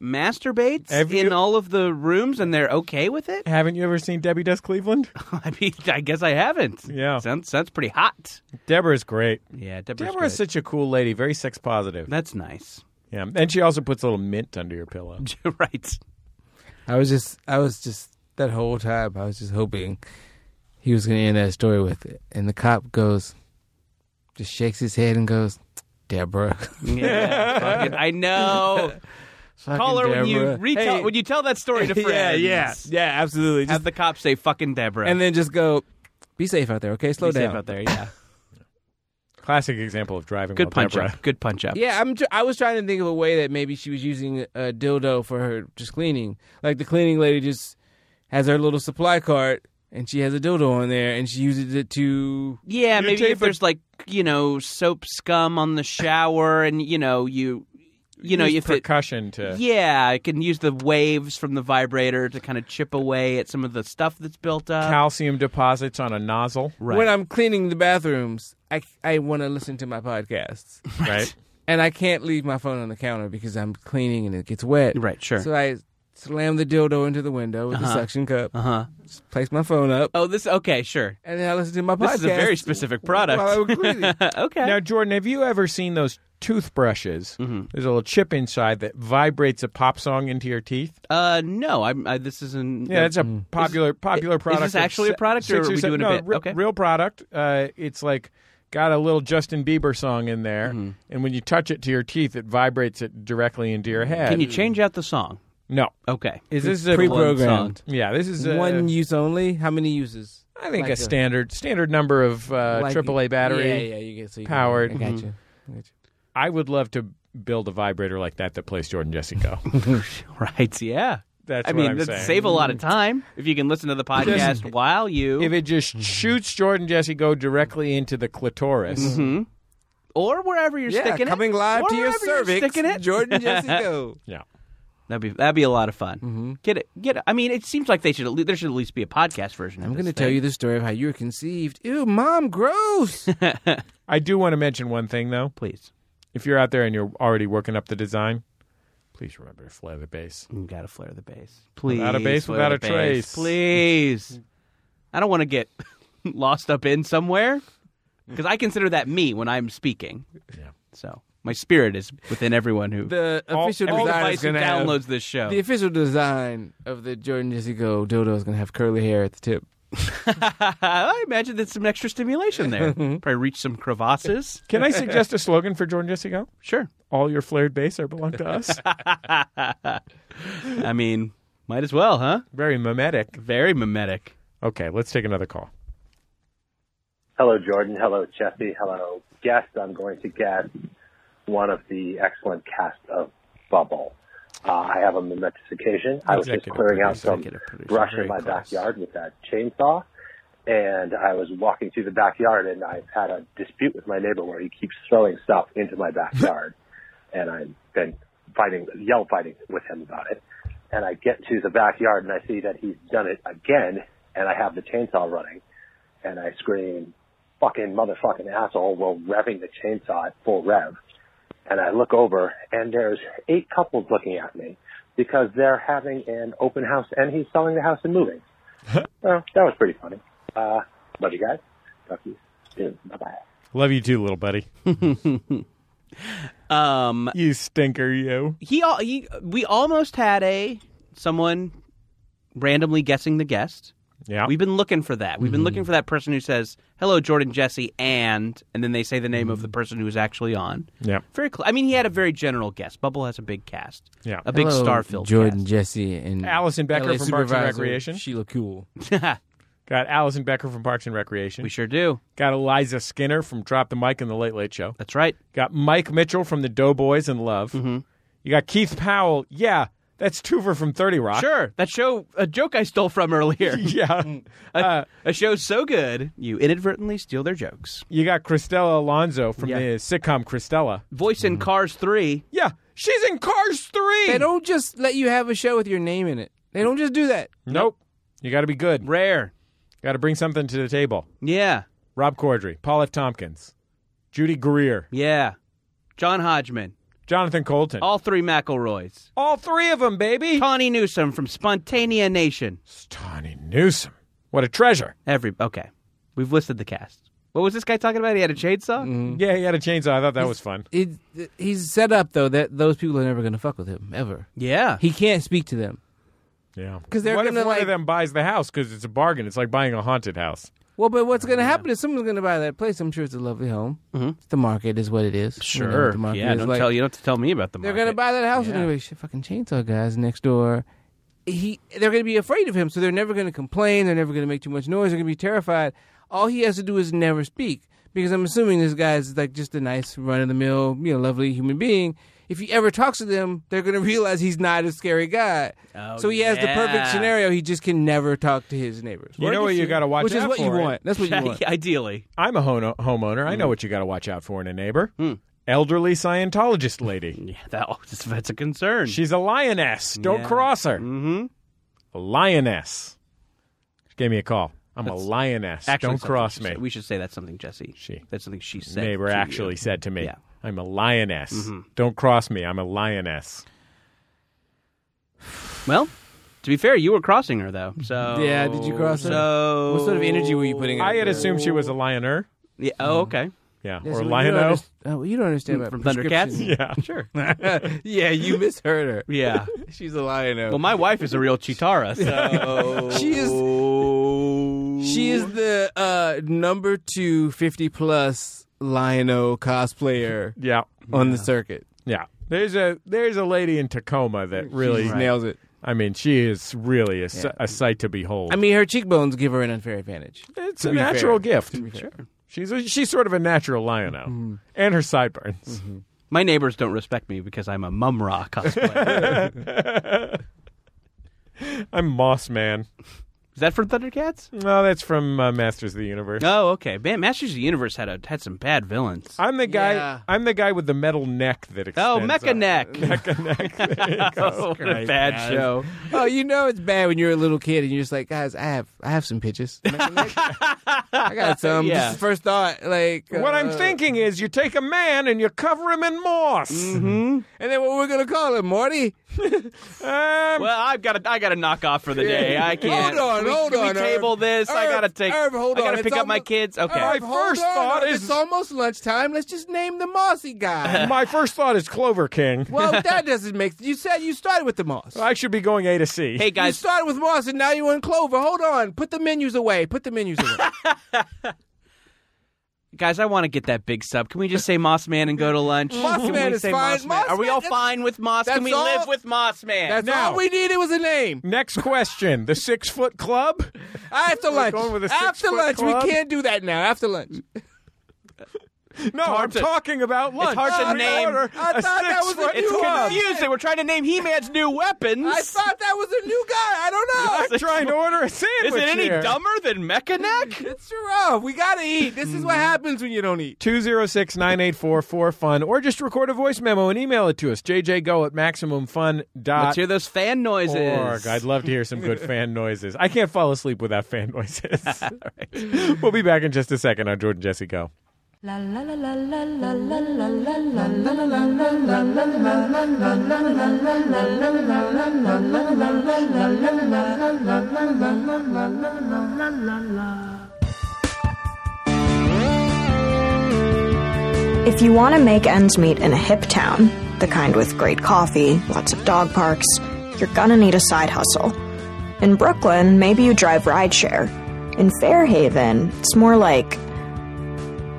Speaker 3: masturbates
Speaker 2: Have
Speaker 3: in
Speaker 2: you-
Speaker 3: all of the rooms and they're okay with it?
Speaker 2: Haven't you ever seen Debbie Does Cleveland?
Speaker 3: I mean, I guess I haven't.
Speaker 2: Yeah.
Speaker 3: sounds sounds pretty hot.
Speaker 2: Deborah's great.
Speaker 3: Yeah, Deborah's,
Speaker 2: Deborah's
Speaker 3: good.
Speaker 2: such a cool lady, very sex positive.
Speaker 3: That's nice.
Speaker 2: Yeah, and she also puts a little mint under your pillow.
Speaker 3: right.
Speaker 4: I was just, I was just that whole time. I was just hoping he was going to end that story with it. And the cop goes, just shakes his head and goes, Deborah.
Speaker 3: Yeah, fucking- I know. Call her
Speaker 4: Fucking
Speaker 3: when you
Speaker 4: Deborah.
Speaker 3: retell
Speaker 4: Hey.
Speaker 3: when you tell that story to
Speaker 4: yeah,
Speaker 3: friends.
Speaker 4: yeah, yeah, absolutely.
Speaker 3: Have
Speaker 4: Just,
Speaker 3: the cops say "fucking Deborah"
Speaker 4: and then just go, be safe out there, okay? Slow
Speaker 3: Be safe
Speaker 4: down.
Speaker 3: out there. Yeah,
Speaker 2: Classic example of driving.
Speaker 3: good
Speaker 2: while
Speaker 3: punch
Speaker 2: Deborah.
Speaker 3: up. Good punch up.
Speaker 4: Yeah, I'm. Tr- I was trying to think of a way that maybe she was using a dildo for her just cleaning. Like the cleaning lady just has her little supply cart and she has a dildo on there and she uses it to.
Speaker 3: Yeah,
Speaker 2: You
Speaker 3: maybe
Speaker 2: take
Speaker 3: if
Speaker 2: the-
Speaker 3: there's like you know soap scum on the shower, and you know you, you know
Speaker 2: Use
Speaker 3: if it,
Speaker 2: percussion to
Speaker 3: yeah, I can use the waves from the vibrator to kind of chip away at some of the stuff that's built up.
Speaker 2: calcium deposits on a nozzle,
Speaker 3: right.
Speaker 4: When I'm cleaning the bathrooms, I I want to listen to my podcasts
Speaker 2: right?
Speaker 4: and I can't leave my phone on the counter because I'm cleaning and it gets wet.
Speaker 3: right, sure.
Speaker 4: So I slam the dildo into the window with the suction cup,
Speaker 3: uh huh.
Speaker 4: place my phone up,
Speaker 3: Oh, this okay, sure.
Speaker 4: and then I listen to my
Speaker 3: This
Speaker 4: podcast.
Speaker 3: is a very specific
Speaker 4: while I
Speaker 3: product.
Speaker 4: was cleaning.
Speaker 3: Uh, okay.
Speaker 2: Now, Jordan, have you ever seen those toothbrushes? There's a little chip inside that vibrates a pop song into your teeth.
Speaker 3: uh, no, I'm. I, this isn't.
Speaker 2: Yeah, that's a popular popular
Speaker 3: Mm. is this
Speaker 2: product. of
Speaker 3: actually a
Speaker 2: se-
Speaker 3: product, or
Speaker 2: six
Speaker 3: are we
Speaker 2: seven-
Speaker 3: doing a
Speaker 2: no,
Speaker 3: bit?
Speaker 2: re-
Speaker 3: Okay.
Speaker 2: real product. Uh, it's like got a little Justin Bieber song in there,
Speaker 3: Mm-hmm.
Speaker 2: and when you touch it to your teeth, it vibrates it directly into your head.
Speaker 3: uh, Can you change out the song?
Speaker 2: No,
Speaker 3: Okay.
Speaker 2: is this a
Speaker 4: pre-programmed.
Speaker 2: Yeah, this is a,
Speaker 4: One use only. How many uses?
Speaker 2: I think
Speaker 4: like
Speaker 2: a
Speaker 4: a-
Speaker 2: standard standard number of uh,
Speaker 4: Like-
Speaker 2: AAA battery.
Speaker 4: Yeah, yeah, you get so you
Speaker 2: powered.
Speaker 4: Can, I got you. I got you.
Speaker 2: I would love to build a vibrator like that that plays Jordan Jesse Go.
Speaker 3: Right. Yeah.
Speaker 2: That's
Speaker 3: I
Speaker 2: what
Speaker 3: mean,
Speaker 2: I'm
Speaker 3: that'd
Speaker 2: saying. Mm.
Speaker 3: save a lot of time if you can listen to the podcast while you.
Speaker 2: if it
Speaker 3: Mm-hmm.
Speaker 2: just shoots Jordan Jesse Go directly into the clitoris.
Speaker 3: Mm-hmm. or wherever you're
Speaker 4: Yeah,
Speaker 3: sticking
Speaker 4: coming
Speaker 3: it.
Speaker 4: live
Speaker 3: or
Speaker 4: to your
Speaker 3: wherever you're
Speaker 4: cervix.
Speaker 3: Sticking it.
Speaker 4: Jordan Jessico.
Speaker 2: Yeah.
Speaker 3: That'd be that'd be a lot of fun. Get it, get it. I mean, it seems like they should. At least, there should at least be a podcast version.
Speaker 4: I'm going to tell you the story of how you were conceived. Ew, mom, gross.
Speaker 2: I do want to mention one thing though.
Speaker 3: please.
Speaker 2: If you're out there and you're already working up the design, please remember to flare the base.
Speaker 3: You gotta flare the bass, please.
Speaker 2: Without a bass,
Speaker 3: flare
Speaker 2: without
Speaker 3: the
Speaker 2: a
Speaker 3: bass.
Speaker 2: trace.
Speaker 3: please. I don't want to get lost up in somewhere because I consider that me when I'm speaking.
Speaker 2: Yeah.
Speaker 3: So my spirit is within everyone who
Speaker 4: The
Speaker 2: All-
Speaker 4: official
Speaker 2: all
Speaker 3: all
Speaker 4: design
Speaker 3: device
Speaker 4: is
Speaker 3: who
Speaker 4: going to have
Speaker 3: downloads this show.
Speaker 4: the official design of the Jordan Jessico dildo is going to have curly hair at the tip.
Speaker 3: I imagine there's some extra stimulation there. Probably reach some crevasses.
Speaker 2: Can I suggest a slogan for Jordan Jesse Go?
Speaker 3: Sure.
Speaker 2: All your flared bass are belong to us.
Speaker 3: I mean, might as well, huh?
Speaker 2: Very mimetic.
Speaker 3: Very mimetic.
Speaker 2: Okay, let's take another call.
Speaker 6: Hello, Jordan. Hello, Jesse. Hello, guest. I'm going to guess one of the excellent cast of Bubble. Uh, I have a mimetification. I was just
Speaker 2: Executive
Speaker 6: clearing out
Speaker 2: producer,
Speaker 6: some
Speaker 3: executive producer,
Speaker 6: brush
Speaker 3: very
Speaker 6: in my
Speaker 3: close.
Speaker 6: backyard with that chainsaw, and I was walking through the backyard, and I've had a dispute with my neighbor where he keeps throwing stuff into my backyard, and I've been fighting, yell fighting with him about it. And I get to the backyard, and I see that he's done it again, and I have the chainsaw running and I scream, fucking motherfucking asshole, while revving the chainsaw at full rev. And I look over and there's eight couples looking at me because they're having an open house and he's selling the house and moving. well, that was pretty funny. Uh, love you guys. Talk to you soon. Bye bye.
Speaker 2: Love you too, little buddy.
Speaker 3: Um,
Speaker 2: You stinker, you.
Speaker 3: he, al- he, we almost had a someone randomly guessing the guest.
Speaker 2: Yeah. Mm-hmm.
Speaker 3: We've been looking for that. We've been looking for that person who says, "Hello, Jordan Jesse," and and then they say the name of the person who is actually on.
Speaker 2: yeah.
Speaker 3: Very cl- I mean, he had a very general guest. Bubble has a big cast.
Speaker 2: Yeah.
Speaker 3: a big
Speaker 4: Hello,
Speaker 3: star filled
Speaker 4: Jordan
Speaker 3: cast.
Speaker 4: Jesse and
Speaker 2: Allison Becker
Speaker 4: LA
Speaker 2: from Parks and
Speaker 4: Supervisor
Speaker 2: Recreation.
Speaker 4: Sheila Cool.
Speaker 2: Got Allison Becker from Parks and Recreation.
Speaker 3: We sure do.
Speaker 2: Got Eliza Skinner from Drop the Mic and the Late Late Show.
Speaker 3: That's right.
Speaker 2: Got Mike Mitchell from the Doughboys and Love.
Speaker 3: Mm-hmm.
Speaker 2: You got Keith Powell. Yeah, that's Tuver from 30 Rock.
Speaker 3: Sure. That show, a joke I stole from earlier.
Speaker 2: Yeah. Uh,
Speaker 3: a show so good, you inadvertently steal their jokes.
Speaker 2: you got Cristela Alonso from
Speaker 3: Yeah.
Speaker 2: the sitcom Cristela.
Speaker 3: Voice
Speaker 2: Mm-hmm.
Speaker 3: in Cars 3.
Speaker 2: Yeah, she's in Cars 3.
Speaker 4: They don't just let you have a show with your name in it. They don't just do that.
Speaker 2: Nope. You got to be good.
Speaker 3: Rare.
Speaker 2: Got to bring something to the table.
Speaker 3: Yeah.
Speaker 2: Rob Corddry, Paul F. Tompkins, Judy Greer,
Speaker 3: Yeah. John Hodgman.
Speaker 2: Jonathan Colton.
Speaker 3: All three McElroys.
Speaker 2: All three of them, baby.
Speaker 3: Tawny Newsom from Spontanea Nation.
Speaker 2: Tawny Newsom. What a treasure.
Speaker 3: Every. Okay. We've listed the cast. What was this guy talking about? He had a chainsaw?
Speaker 4: Mm-hmm.
Speaker 2: Yeah, he had a chainsaw. I thought that was fun.
Speaker 4: It, he's set up though that those people are never going to fuck with him ever.
Speaker 3: Yeah.
Speaker 4: He can't speak to them
Speaker 2: Yeah.
Speaker 4: because they're
Speaker 2: what
Speaker 4: going
Speaker 2: if
Speaker 4: to
Speaker 2: one
Speaker 4: like.
Speaker 2: of them buys the house because it's a bargain? It's like buying a haunted house.
Speaker 4: Well, but what's going to happen is someone's going to buy that place. I'm sure it's a lovely home. The market is what it is. You know what the market
Speaker 3: Mm-hmm. yeah.
Speaker 4: is
Speaker 3: Don't
Speaker 4: like.
Speaker 3: tell you don't have to tell me about the
Speaker 4: They're gonna
Speaker 3: market.
Speaker 4: buy that house and
Speaker 3: Yeah.
Speaker 4: they're like, shit, fucking chainsaw guys next door. He, they're gonna be afraid of him, so they're never gonna complain. They're never gonna make too much noise. They're gonna be terrified. All he has to do is never speak, because I'm assuming this guy is like just a nice, run of the mill, you know, lovely human being. If he ever talks to them, they're gonna realize he's not a scary guy.
Speaker 3: Oh,
Speaker 4: so he has the perfect
Speaker 3: yeah.
Speaker 4: scenario. He just can never talk to his neighbors,
Speaker 2: You know what you got to watch
Speaker 4: which
Speaker 2: out
Speaker 4: is what
Speaker 2: for.
Speaker 4: you want. That's what you want.
Speaker 3: Ideally.
Speaker 2: I'm a hono- homeowner. I know what you got to watch out for in a neighbor. Elderly Scientologist lady.
Speaker 3: Yeah, that, oh, that's, that's a concern.
Speaker 2: She's a lioness. Don't
Speaker 3: Yeah.
Speaker 2: cross her.
Speaker 3: mm-hmm.
Speaker 2: A lioness. She gave me a call. I'm a
Speaker 3: That's
Speaker 2: lioness.
Speaker 3: Actually,
Speaker 2: Don't
Speaker 3: something
Speaker 2: cross
Speaker 3: she
Speaker 2: me.
Speaker 3: said. We should say that's something Jesse.
Speaker 2: She.
Speaker 3: That's something she said.
Speaker 2: neighbor
Speaker 3: to you.
Speaker 2: actually said to me,
Speaker 3: Yeah. Mm-hmm.
Speaker 2: I'm a lioness. Don't cross me. I'm a lioness.
Speaker 3: Well, to be fair, you were crossing her though. So
Speaker 4: Yeah, did you cross her?
Speaker 3: So
Speaker 4: What sort of energy were you putting? out
Speaker 2: I had
Speaker 4: there?
Speaker 2: assumed she was a lioner.
Speaker 3: Yeah. Oh, okay.
Speaker 2: Yeah.
Speaker 4: Yeah, so
Speaker 2: or
Speaker 4: you don't
Speaker 2: liono.
Speaker 4: underst- Oh, you don't understand about
Speaker 3: From
Speaker 4: prescription.
Speaker 3: Thundercats.
Speaker 2: Yeah.
Speaker 3: Sure.
Speaker 4: yeah, you misheard her.
Speaker 3: Yeah.
Speaker 4: She's a lion.
Speaker 3: Well, my wife is a real Chitara. So
Speaker 4: She is- she is the uh, number two 50 plus Lion-O cosplayer
Speaker 2: Yeah.
Speaker 4: on the circuit.
Speaker 2: Yeah. There's a there's a lady in Tacoma that
Speaker 4: She
Speaker 2: really
Speaker 4: just nails it.
Speaker 2: I mean, she is really a, s- a sight to behold.
Speaker 4: I mean, her cheekbones give her an unfair advantage.
Speaker 2: it's
Speaker 4: to
Speaker 2: a
Speaker 4: be fair.
Speaker 2: natural gift.
Speaker 4: To be fair.
Speaker 2: She's a, she's sort of a natural liono.
Speaker 3: Mm-hmm.
Speaker 2: And her sideburns.
Speaker 3: My neighbors don't respect me because I'm a mum ra cosplayer.
Speaker 2: I'm Moss Man.
Speaker 3: is that from Thundercats?
Speaker 2: No, that's from uh, Masters of the Universe.
Speaker 3: Oh, okay. Man, Masters of the Universe had a, had some bad villains.
Speaker 2: I'm the guy.
Speaker 4: Yeah.
Speaker 2: I'm the guy with the metal neck that
Speaker 3: Oh,
Speaker 2: extends.
Speaker 3: Mecha
Speaker 2: up.
Speaker 3: Neck.
Speaker 2: Mecha neck. There you go.
Speaker 3: Oh, what a bad show.
Speaker 4: Oh, you know it's bad when you're a little kid and you're just like, guys, I have I have some pitches. I got some.
Speaker 3: Yeah.
Speaker 4: Just the first thought, like
Speaker 2: What I'm
Speaker 4: uh,
Speaker 2: thinking is you take a man and you cover him in moss.
Speaker 3: Mm-hmm.
Speaker 4: And then what we're gonna call him, Morty?
Speaker 2: Um,
Speaker 3: Well, I've got to. I got to knock off for the day. I can't.
Speaker 4: Hold on,
Speaker 3: Can we,
Speaker 4: hold
Speaker 3: can
Speaker 4: on,
Speaker 3: We
Speaker 4: Irv.
Speaker 3: table this. I
Speaker 4: Irv,
Speaker 3: gotta take.
Speaker 4: Irv, hold
Speaker 3: I gotta
Speaker 4: on.
Speaker 3: pick
Speaker 4: It's
Speaker 3: up my
Speaker 4: almost-
Speaker 3: kids. Okay.
Speaker 4: Irv,
Speaker 2: My
Speaker 4: hold
Speaker 2: first
Speaker 4: on.
Speaker 2: thought
Speaker 4: It's
Speaker 2: is-
Speaker 4: almost lunchtime. Let's just name the mossy guy.
Speaker 2: my first thought is Clover King.
Speaker 4: Well, that doesn't make You said you started with the moss.
Speaker 2: I should be going A to C.
Speaker 3: Hey
Speaker 4: You
Speaker 3: guys,
Speaker 4: started with moss and now you want clover. Hold on. Put the menus away. Put the menus away.
Speaker 3: guys, I want to get that big sub. Can we just say Moss Man and go to lunch?
Speaker 4: Moss
Speaker 3: Can
Speaker 4: Man
Speaker 3: we
Speaker 4: is
Speaker 3: say
Speaker 4: fine.
Speaker 3: Moss Man?
Speaker 4: Moss
Speaker 3: Are we
Speaker 4: Man-
Speaker 3: all
Speaker 4: that's-
Speaker 3: fine with Moss? Can
Speaker 4: that's
Speaker 3: we
Speaker 4: all-
Speaker 3: live with Moss Man?
Speaker 4: That's
Speaker 2: Now-
Speaker 4: all we needed was a name.
Speaker 2: Next question: The Six Foot Club.
Speaker 4: After lunch.
Speaker 2: going with a
Speaker 4: After
Speaker 2: six-foot
Speaker 4: lunch.
Speaker 2: club?
Speaker 4: We can't do that now. After lunch.
Speaker 2: No, I'm
Speaker 3: to-
Speaker 2: talking about lunch.
Speaker 3: hard to
Speaker 2: I
Speaker 3: name.
Speaker 2: order
Speaker 4: I
Speaker 2: a
Speaker 4: thought that was a
Speaker 2: six-foot
Speaker 3: it's
Speaker 4: new
Speaker 2: club.
Speaker 4: one.
Speaker 3: confusing. We're trying to name He-Man's new weapons.
Speaker 4: I thought that was a new guy. I don't know.
Speaker 2: I'm trying to order a
Speaker 3: is
Speaker 2: sandwich.
Speaker 3: it any
Speaker 2: here.
Speaker 3: dumber than Mecha Neck?
Speaker 4: It's your off. We got to eat. This is what
Speaker 3: Mm-hmm.
Speaker 4: happens when you don't eat.
Speaker 2: 206-984-4FUN, or just record a voice memo and email it to us, jjgo at
Speaker 3: Let's
Speaker 2: maximumfun.org.
Speaker 3: hear those fan noises.
Speaker 2: Uh, I'd love to hear some good fan noises. I can't fall asleep without fan noises. We'll be back in just a second on Jordan Jesse Go.
Speaker 7: If you want to make ends meet in a hip town, the kind with great coffee, lots of dog parks, you're gonna need a side hustle. In Brooklyn, maybe you drive rideshare. In Fairhaven, it's more like.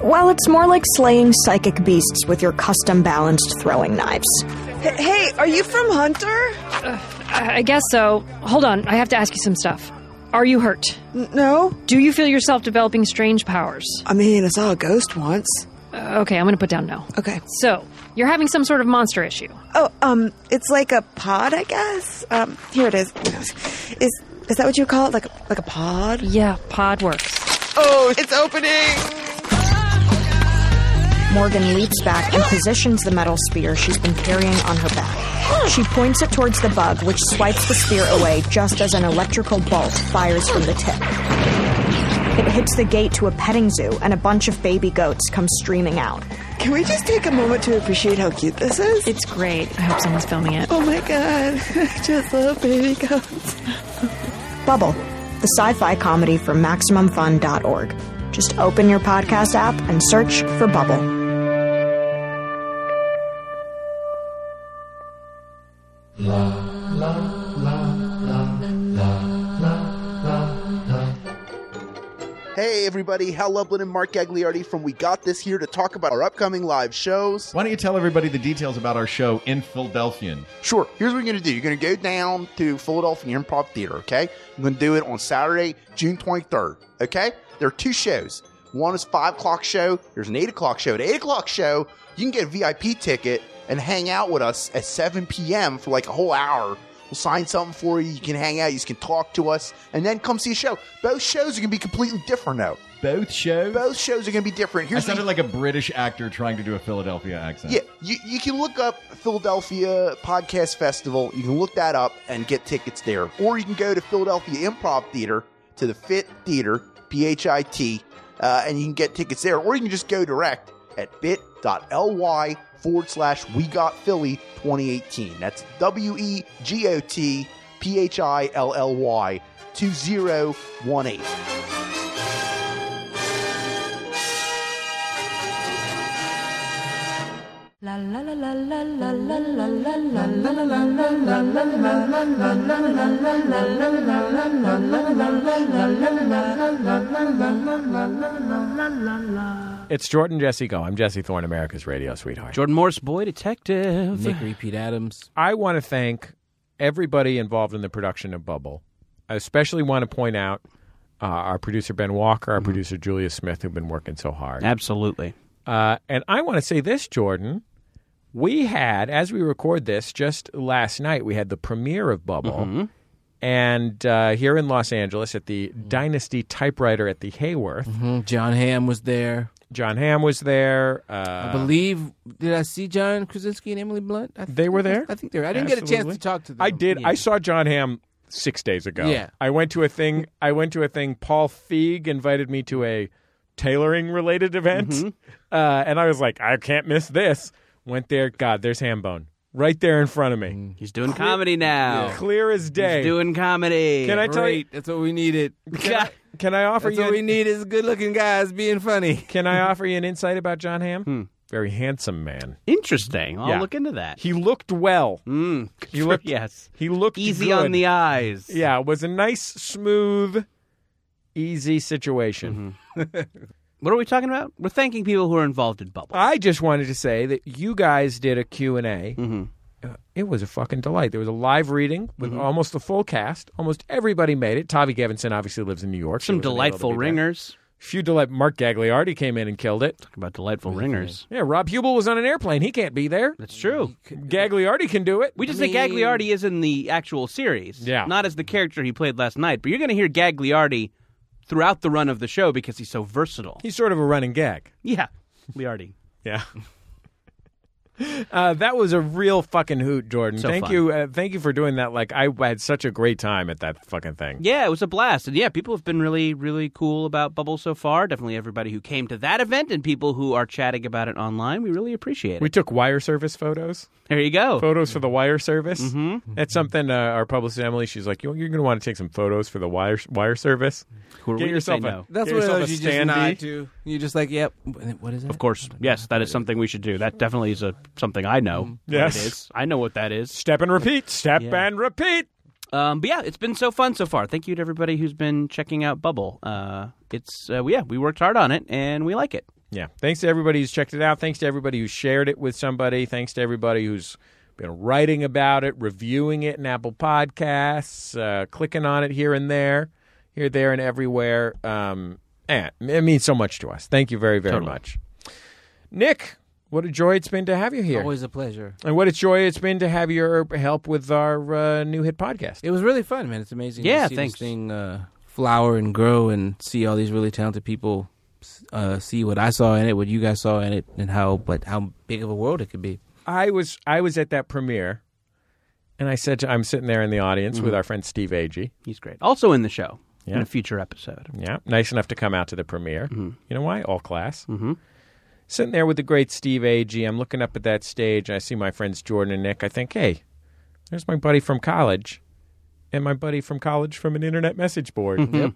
Speaker 7: Well, it's more like slaying psychic beasts with your custom balanced throwing knives.
Speaker 8: Hey, are you from Hunter?
Speaker 9: I guess so. Hold on, I have to ask you some stuff.
Speaker 8: Are you hurt?
Speaker 9: No?
Speaker 8: Do you feel yourself developing strange powers?
Speaker 9: I mean, I saw a ghost once.
Speaker 8: Uh, okay, I'm going to put down no.
Speaker 9: Okay.
Speaker 8: So, you're having some sort of monster issue.
Speaker 9: Oh, um, it's like a pod, I guess. Um, here it is. Is is that what you call it? Like a, like a pod?
Speaker 8: Yeah, pod works.
Speaker 9: Oh, it's opening.
Speaker 7: Morgan leaps back and positions the metal spear she's been carrying on her back. She points it towards the bug, which swipes the spear away just as an electrical bolt fires from the tip. It hits the gate to a petting zoo, and a bunch of baby goats come streaming out.
Speaker 9: Can we just take a moment to appreciate how cute this is?
Speaker 8: It's great. I hope someone's filming it.
Speaker 9: oh my god, I just love baby goats.
Speaker 7: Bubble, the sci fi comedy from MaximumFun.org. Just open your podcast app and search for Bubble.
Speaker 10: Hey everybody, Hal Lublin and Mark Gagliardi from We Got This here to talk about our upcoming live shows.
Speaker 11: Why don't you tell everybody the details about our show in Philadelphian?
Speaker 10: Sure, here's what you're gonna do. You're gonna go down to Philadelphia Improv Theater, okay? I'm gonna do it on Saturday, June 23rd, okay? There are two shows. One is five o'clock show. There's an eight o'clock show. The eight o'clock show, you can get a VIP ticket and hang out with us at 7 p.m. for like a whole hour. We'll sign something for you. You can hang out. You can talk to us, and then come see a show. Both shows are gonna be completely different though.
Speaker 11: Both shows?
Speaker 10: Both shows are gonna be different.
Speaker 11: I
Speaker 10: Here's the-
Speaker 11: sounded like a British actor trying to do a Philadelphia accent.
Speaker 10: Yeah, you, you can look up Philadelphia Podcast Festival. You can look that up and get tickets there. Or you can go to Philadelphia Improv Theater, to the FIT Theater, P H I T, uh, and you can get tickets there. Or you can just go direct at bit.ly forward slash We Got Philly 2018. That's W E G O T P H I L L Y 2018.
Speaker 2: It's Jordan Jesse Go. I'm Jesse Thorne, America's radio sweetheart.
Speaker 3: Jordan Morris, boy detective.
Speaker 4: Nick Repeat Adams.
Speaker 2: I want to thank everybody involved in the production of Bubble. I especially want to point out uh, our producer Ben Walker, our
Speaker 3: Mm-hmm.
Speaker 2: producer Julia Smith, who've been working so hard.
Speaker 3: Absolutely.
Speaker 2: Uh, and I want to say this, Jordan. We had, as we record this, just last night, we had the premiere of Bubble.
Speaker 4: Mm-hmm.
Speaker 2: And uh, here in Los Angeles at the Dynasty Typewriter at the Hayworth,
Speaker 4: Mhm. John Hamm was there.
Speaker 2: John Hamm was there. Uh,
Speaker 4: I believe. Did I see John Krasinski and Emily Blunt? I
Speaker 2: They were there?
Speaker 4: I think they were. I didn't get a chance
Speaker 2: Absolutely.
Speaker 4: to talk to them.
Speaker 2: I did.
Speaker 4: Yeah.
Speaker 2: I saw John Hamm six days ago.
Speaker 4: Yeah.
Speaker 2: I went to a thing. I went to a thing. Paul Feig invited me to a tailoring related event,
Speaker 4: Mm-hmm.
Speaker 2: uh, and I was like, I can't miss this. Went there. God, there's Hambone right there in front of me,
Speaker 4: Mm.
Speaker 3: He's doing comedy now.
Speaker 2: clear as day.
Speaker 3: He's doing comedy.
Speaker 2: Can I tell you?
Speaker 4: Great. That's what we needed.
Speaker 3: God.
Speaker 2: Can I offer
Speaker 4: That's
Speaker 2: you?
Speaker 4: what we
Speaker 2: an-
Speaker 4: need is good-looking guys being funny.
Speaker 2: Can I offer you an insight about John Hamm? Very handsome man.
Speaker 3: Interesting. I'll
Speaker 2: Yeah.
Speaker 3: look into that.
Speaker 2: He looked well.
Speaker 3: Mm.
Speaker 2: He looked.
Speaker 3: yes.
Speaker 2: He looked
Speaker 3: Easy
Speaker 2: good.
Speaker 3: on the eyes.
Speaker 2: Yeah, it was a nice, smooth, easy situation.
Speaker 3: What are we talking about? We're thanking people who are involved in Bubble.
Speaker 2: I just wanted to say that you guys did a Q&A.
Speaker 3: Mhm.
Speaker 2: Uh, It was a fucking delight. There was a live reading with almost the full cast. Almost everybody made it. Tavi Gevinson obviously lives in New York. She
Speaker 3: Some
Speaker 2: wasn't able to
Speaker 3: delightful
Speaker 2: be there.
Speaker 3: ringers.
Speaker 2: Few delight. Mark Gagliardi came in and killed it.
Speaker 3: Talk about delightful ringers.
Speaker 2: Yeah, Rob Hubel was on an airplane. He can't be there.
Speaker 3: That's true.
Speaker 2: Gagliardi can do it.
Speaker 3: We just think Gagliardi is in the actual series,
Speaker 2: Yeah.
Speaker 3: not as the character he played last night. But you're going to hear Gagliardi throughout the run of the show because he's so versatile.
Speaker 2: He's sort of a running gag.
Speaker 3: Yeah, Liardi.
Speaker 2: Yeah. Uh, that was a real fucking hoot, Jordan.
Speaker 3: So
Speaker 2: thank
Speaker 3: fun.
Speaker 2: you, uh, thank you for doing that. Like I had such a great time at that fucking thing.
Speaker 3: Yeah, it was a blast, and yeah, people have been really, really cool about Bubble so far. Definitely everybody who came to that event and people who are chatting about it online. We really appreciate it.
Speaker 2: We took wire service photos.
Speaker 3: there you go.
Speaker 2: photos for the wire service. Mm-hmm. That's something uh, our publicist Emily. She's like, you're, you're going to want to take some photos for the wire wire service.
Speaker 3: Who are we
Speaker 2: Get
Speaker 3: to
Speaker 2: yourself
Speaker 3: say
Speaker 2: a
Speaker 3: no?
Speaker 4: That's
Speaker 2: get
Speaker 4: what
Speaker 2: yourself
Speaker 4: else
Speaker 2: a
Speaker 4: you just
Speaker 2: standee.
Speaker 4: nod to. You're just like, yep. What is that?
Speaker 3: Of course, yes, that is something we should do. That definitely is a something I know. what
Speaker 2: Yes.
Speaker 3: it is. I know what that is.
Speaker 2: Step and repeat. Step
Speaker 3: Yeah.
Speaker 2: and repeat.
Speaker 3: Um, but yeah, it's been so fun so far. Thank you to everybody who's been checking out Bubble. Uh, it's uh, yeah, we worked hard on it and we like it.
Speaker 2: Yeah. Thanks to everybody who's checked it out. Thanks to everybody who shared it with somebody. Thanks to everybody who's been writing about it, reviewing it in Apple Podcasts, uh, clicking on it here and there. here, there, and everywhere. Um, and it means so much to us. Thank you very, very
Speaker 3: Totally.
Speaker 2: much, Nick. What a joy it's been to have you here,
Speaker 4: Always a pleasure.
Speaker 2: and what a joy it's been to have your help with our uh, new hit podcast.
Speaker 4: It was really fun, man. It's amazing.
Speaker 3: Yeah,
Speaker 4: to see
Speaker 3: thanks.
Speaker 4: This thing uh, flower and grow, and see all these really talented people uh, see what I saw in it, what you guys saw in it, and how but how big of a world it could be.
Speaker 2: I was I was at that premiere, and I said to, I'm sitting there in the audience with our friend Steve Agee.
Speaker 3: He's great. Also in the show
Speaker 2: Yeah.
Speaker 3: in a future episode.
Speaker 2: Yeah, nice enough to come out to the premiere. You know why? All class. Mm-hmm. Sitting there with the great Steve Agee. I'm looking up at that stage, and I see my friends Jordan and Nick. I think, hey, there's my buddy from college, and my buddy from college from an internet message board. Yep.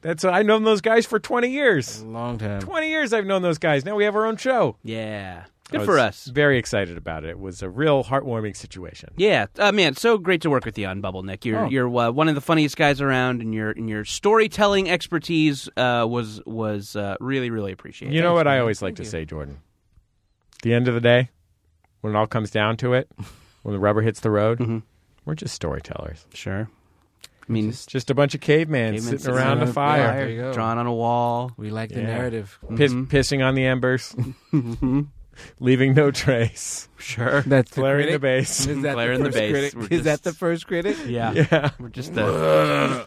Speaker 2: That's I've known those guys for 20 years.
Speaker 4: Long time.
Speaker 2: 20 years I've known those guys. Now we have our own show.
Speaker 3: Yeah. Good
Speaker 2: I
Speaker 3: for
Speaker 2: was
Speaker 3: us.
Speaker 2: Very excited about it. It was a real heartwarming situation.
Speaker 3: Yeah, uh, man, so great to work with you on Bubble, Nick. You're
Speaker 2: Oh.
Speaker 3: you're uh, one of the funniest guys around, and your and your storytelling expertise uh, was was uh, really really appreciated.
Speaker 2: You know what I always like to say, Jordan? At the end of the day, when it all comes down to it, when the rubber hits the road, we're just storytellers.
Speaker 3: Sure. I mean,
Speaker 2: It's just a bunch of cavemen
Speaker 3: Cavemen
Speaker 2: sitting
Speaker 3: sitting
Speaker 2: around a
Speaker 4: around a
Speaker 2: fire, Mm-hmm.
Speaker 4: fire. There you go.
Speaker 3: drawn on a wall.
Speaker 4: We like the
Speaker 2: Yeah.
Speaker 4: narrative.
Speaker 2: piss, pissing on the embers, Mm-hmm. leaving no trace,
Speaker 3: Sure.
Speaker 4: That's the
Speaker 2: flaring the
Speaker 4: critic?
Speaker 2: bass.
Speaker 4: Is that
Speaker 3: Claire
Speaker 4: the
Speaker 3: in the
Speaker 4: first
Speaker 3: bass.
Speaker 4: critic?
Speaker 3: We're
Speaker 4: Is that
Speaker 3: just-
Speaker 4: the first critic?
Speaker 3: Yeah.
Speaker 2: Yeah.
Speaker 3: We're just the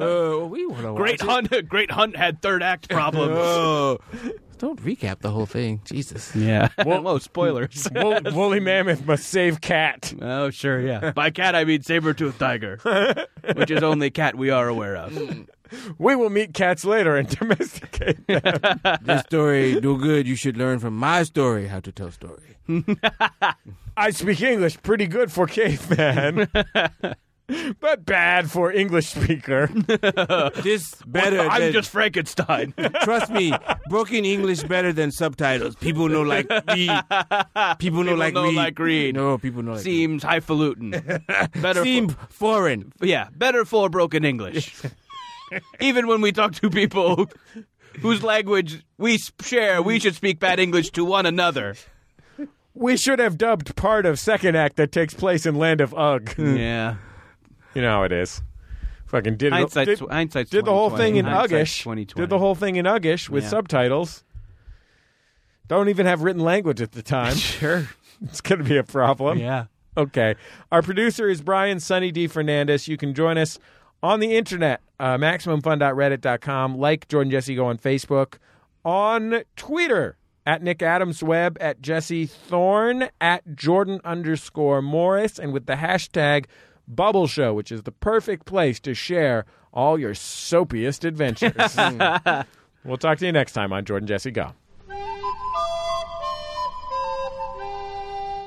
Speaker 4: Oh, we want to
Speaker 3: great
Speaker 4: watch
Speaker 3: hunt. Great hunt had third act
Speaker 4: it.
Speaker 3: problems.
Speaker 4: Oh. Don't recap the whole thing, Jesus.
Speaker 3: yeah. Whoa, spoilers.
Speaker 2: Wool, woolly mammoth must save cat.
Speaker 3: Oh, sure, yeah. By cat, I mean saber-toothed tiger, which is only cat we are aware of.
Speaker 2: We will meet cats later and domesticate them.
Speaker 4: this story no good. You should learn from my story how to tell story.
Speaker 2: I speak English pretty good for caveman, but bad for English speaker.
Speaker 4: This better. than-
Speaker 3: Frankenstein.
Speaker 4: Trust me, broken English better than subtitles. People know like read. People know
Speaker 3: People
Speaker 4: like
Speaker 3: know
Speaker 4: read.
Speaker 3: like read.
Speaker 4: No, people know like read.
Speaker 3: Seems highfalutin. Better,
Speaker 4: Seem foreign.
Speaker 3: for, yeah, better for broken English. Even when we talk to people whose language we s- share, we should speak bad English to one another.
Speaker 2: we should have dubbed part of second act that takes place in land of Ugg.
Speaker 3: Yeah,
Speaker 2: You know how it is. Fucking did it.
Speaker 3: hindsight.
Speaker 2: Did,
Speaker 3: tw- hindsight's
Speaker 2: did the whole thing in Uggish.
Speaker 3: Twenty twenty.
Speaker 2: Did the whole thing in Uggish with
Speaker 3: Yeah.
Speaker 2: subtitles. Don't even have written language at the time.
Speaker 3: sure.
Speaker 2: it's going to be a problem.
Speaker 3: Yeah.
Speaker 2: Okay. Our producer is Brian Sunny D. Fernandez. You can join us on the internet, uh, MaximumFun.reddit.com. Like Jordan Jesse Go on Facebook. On Twitter, at Nick Adams Webb, at Jesse Thorne, at Jordan underscore Morris, and with the hashtag Bubble Show, which is the perfect place to share all your soapiest adventures. we'll talk to you next time on Jordan Jesse Go.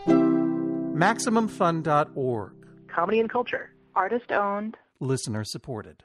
Speaker 12: MaximumFun.org.
Speaker 1: Comedy and culture. Artist owned.
Speaker 12: Listener supported.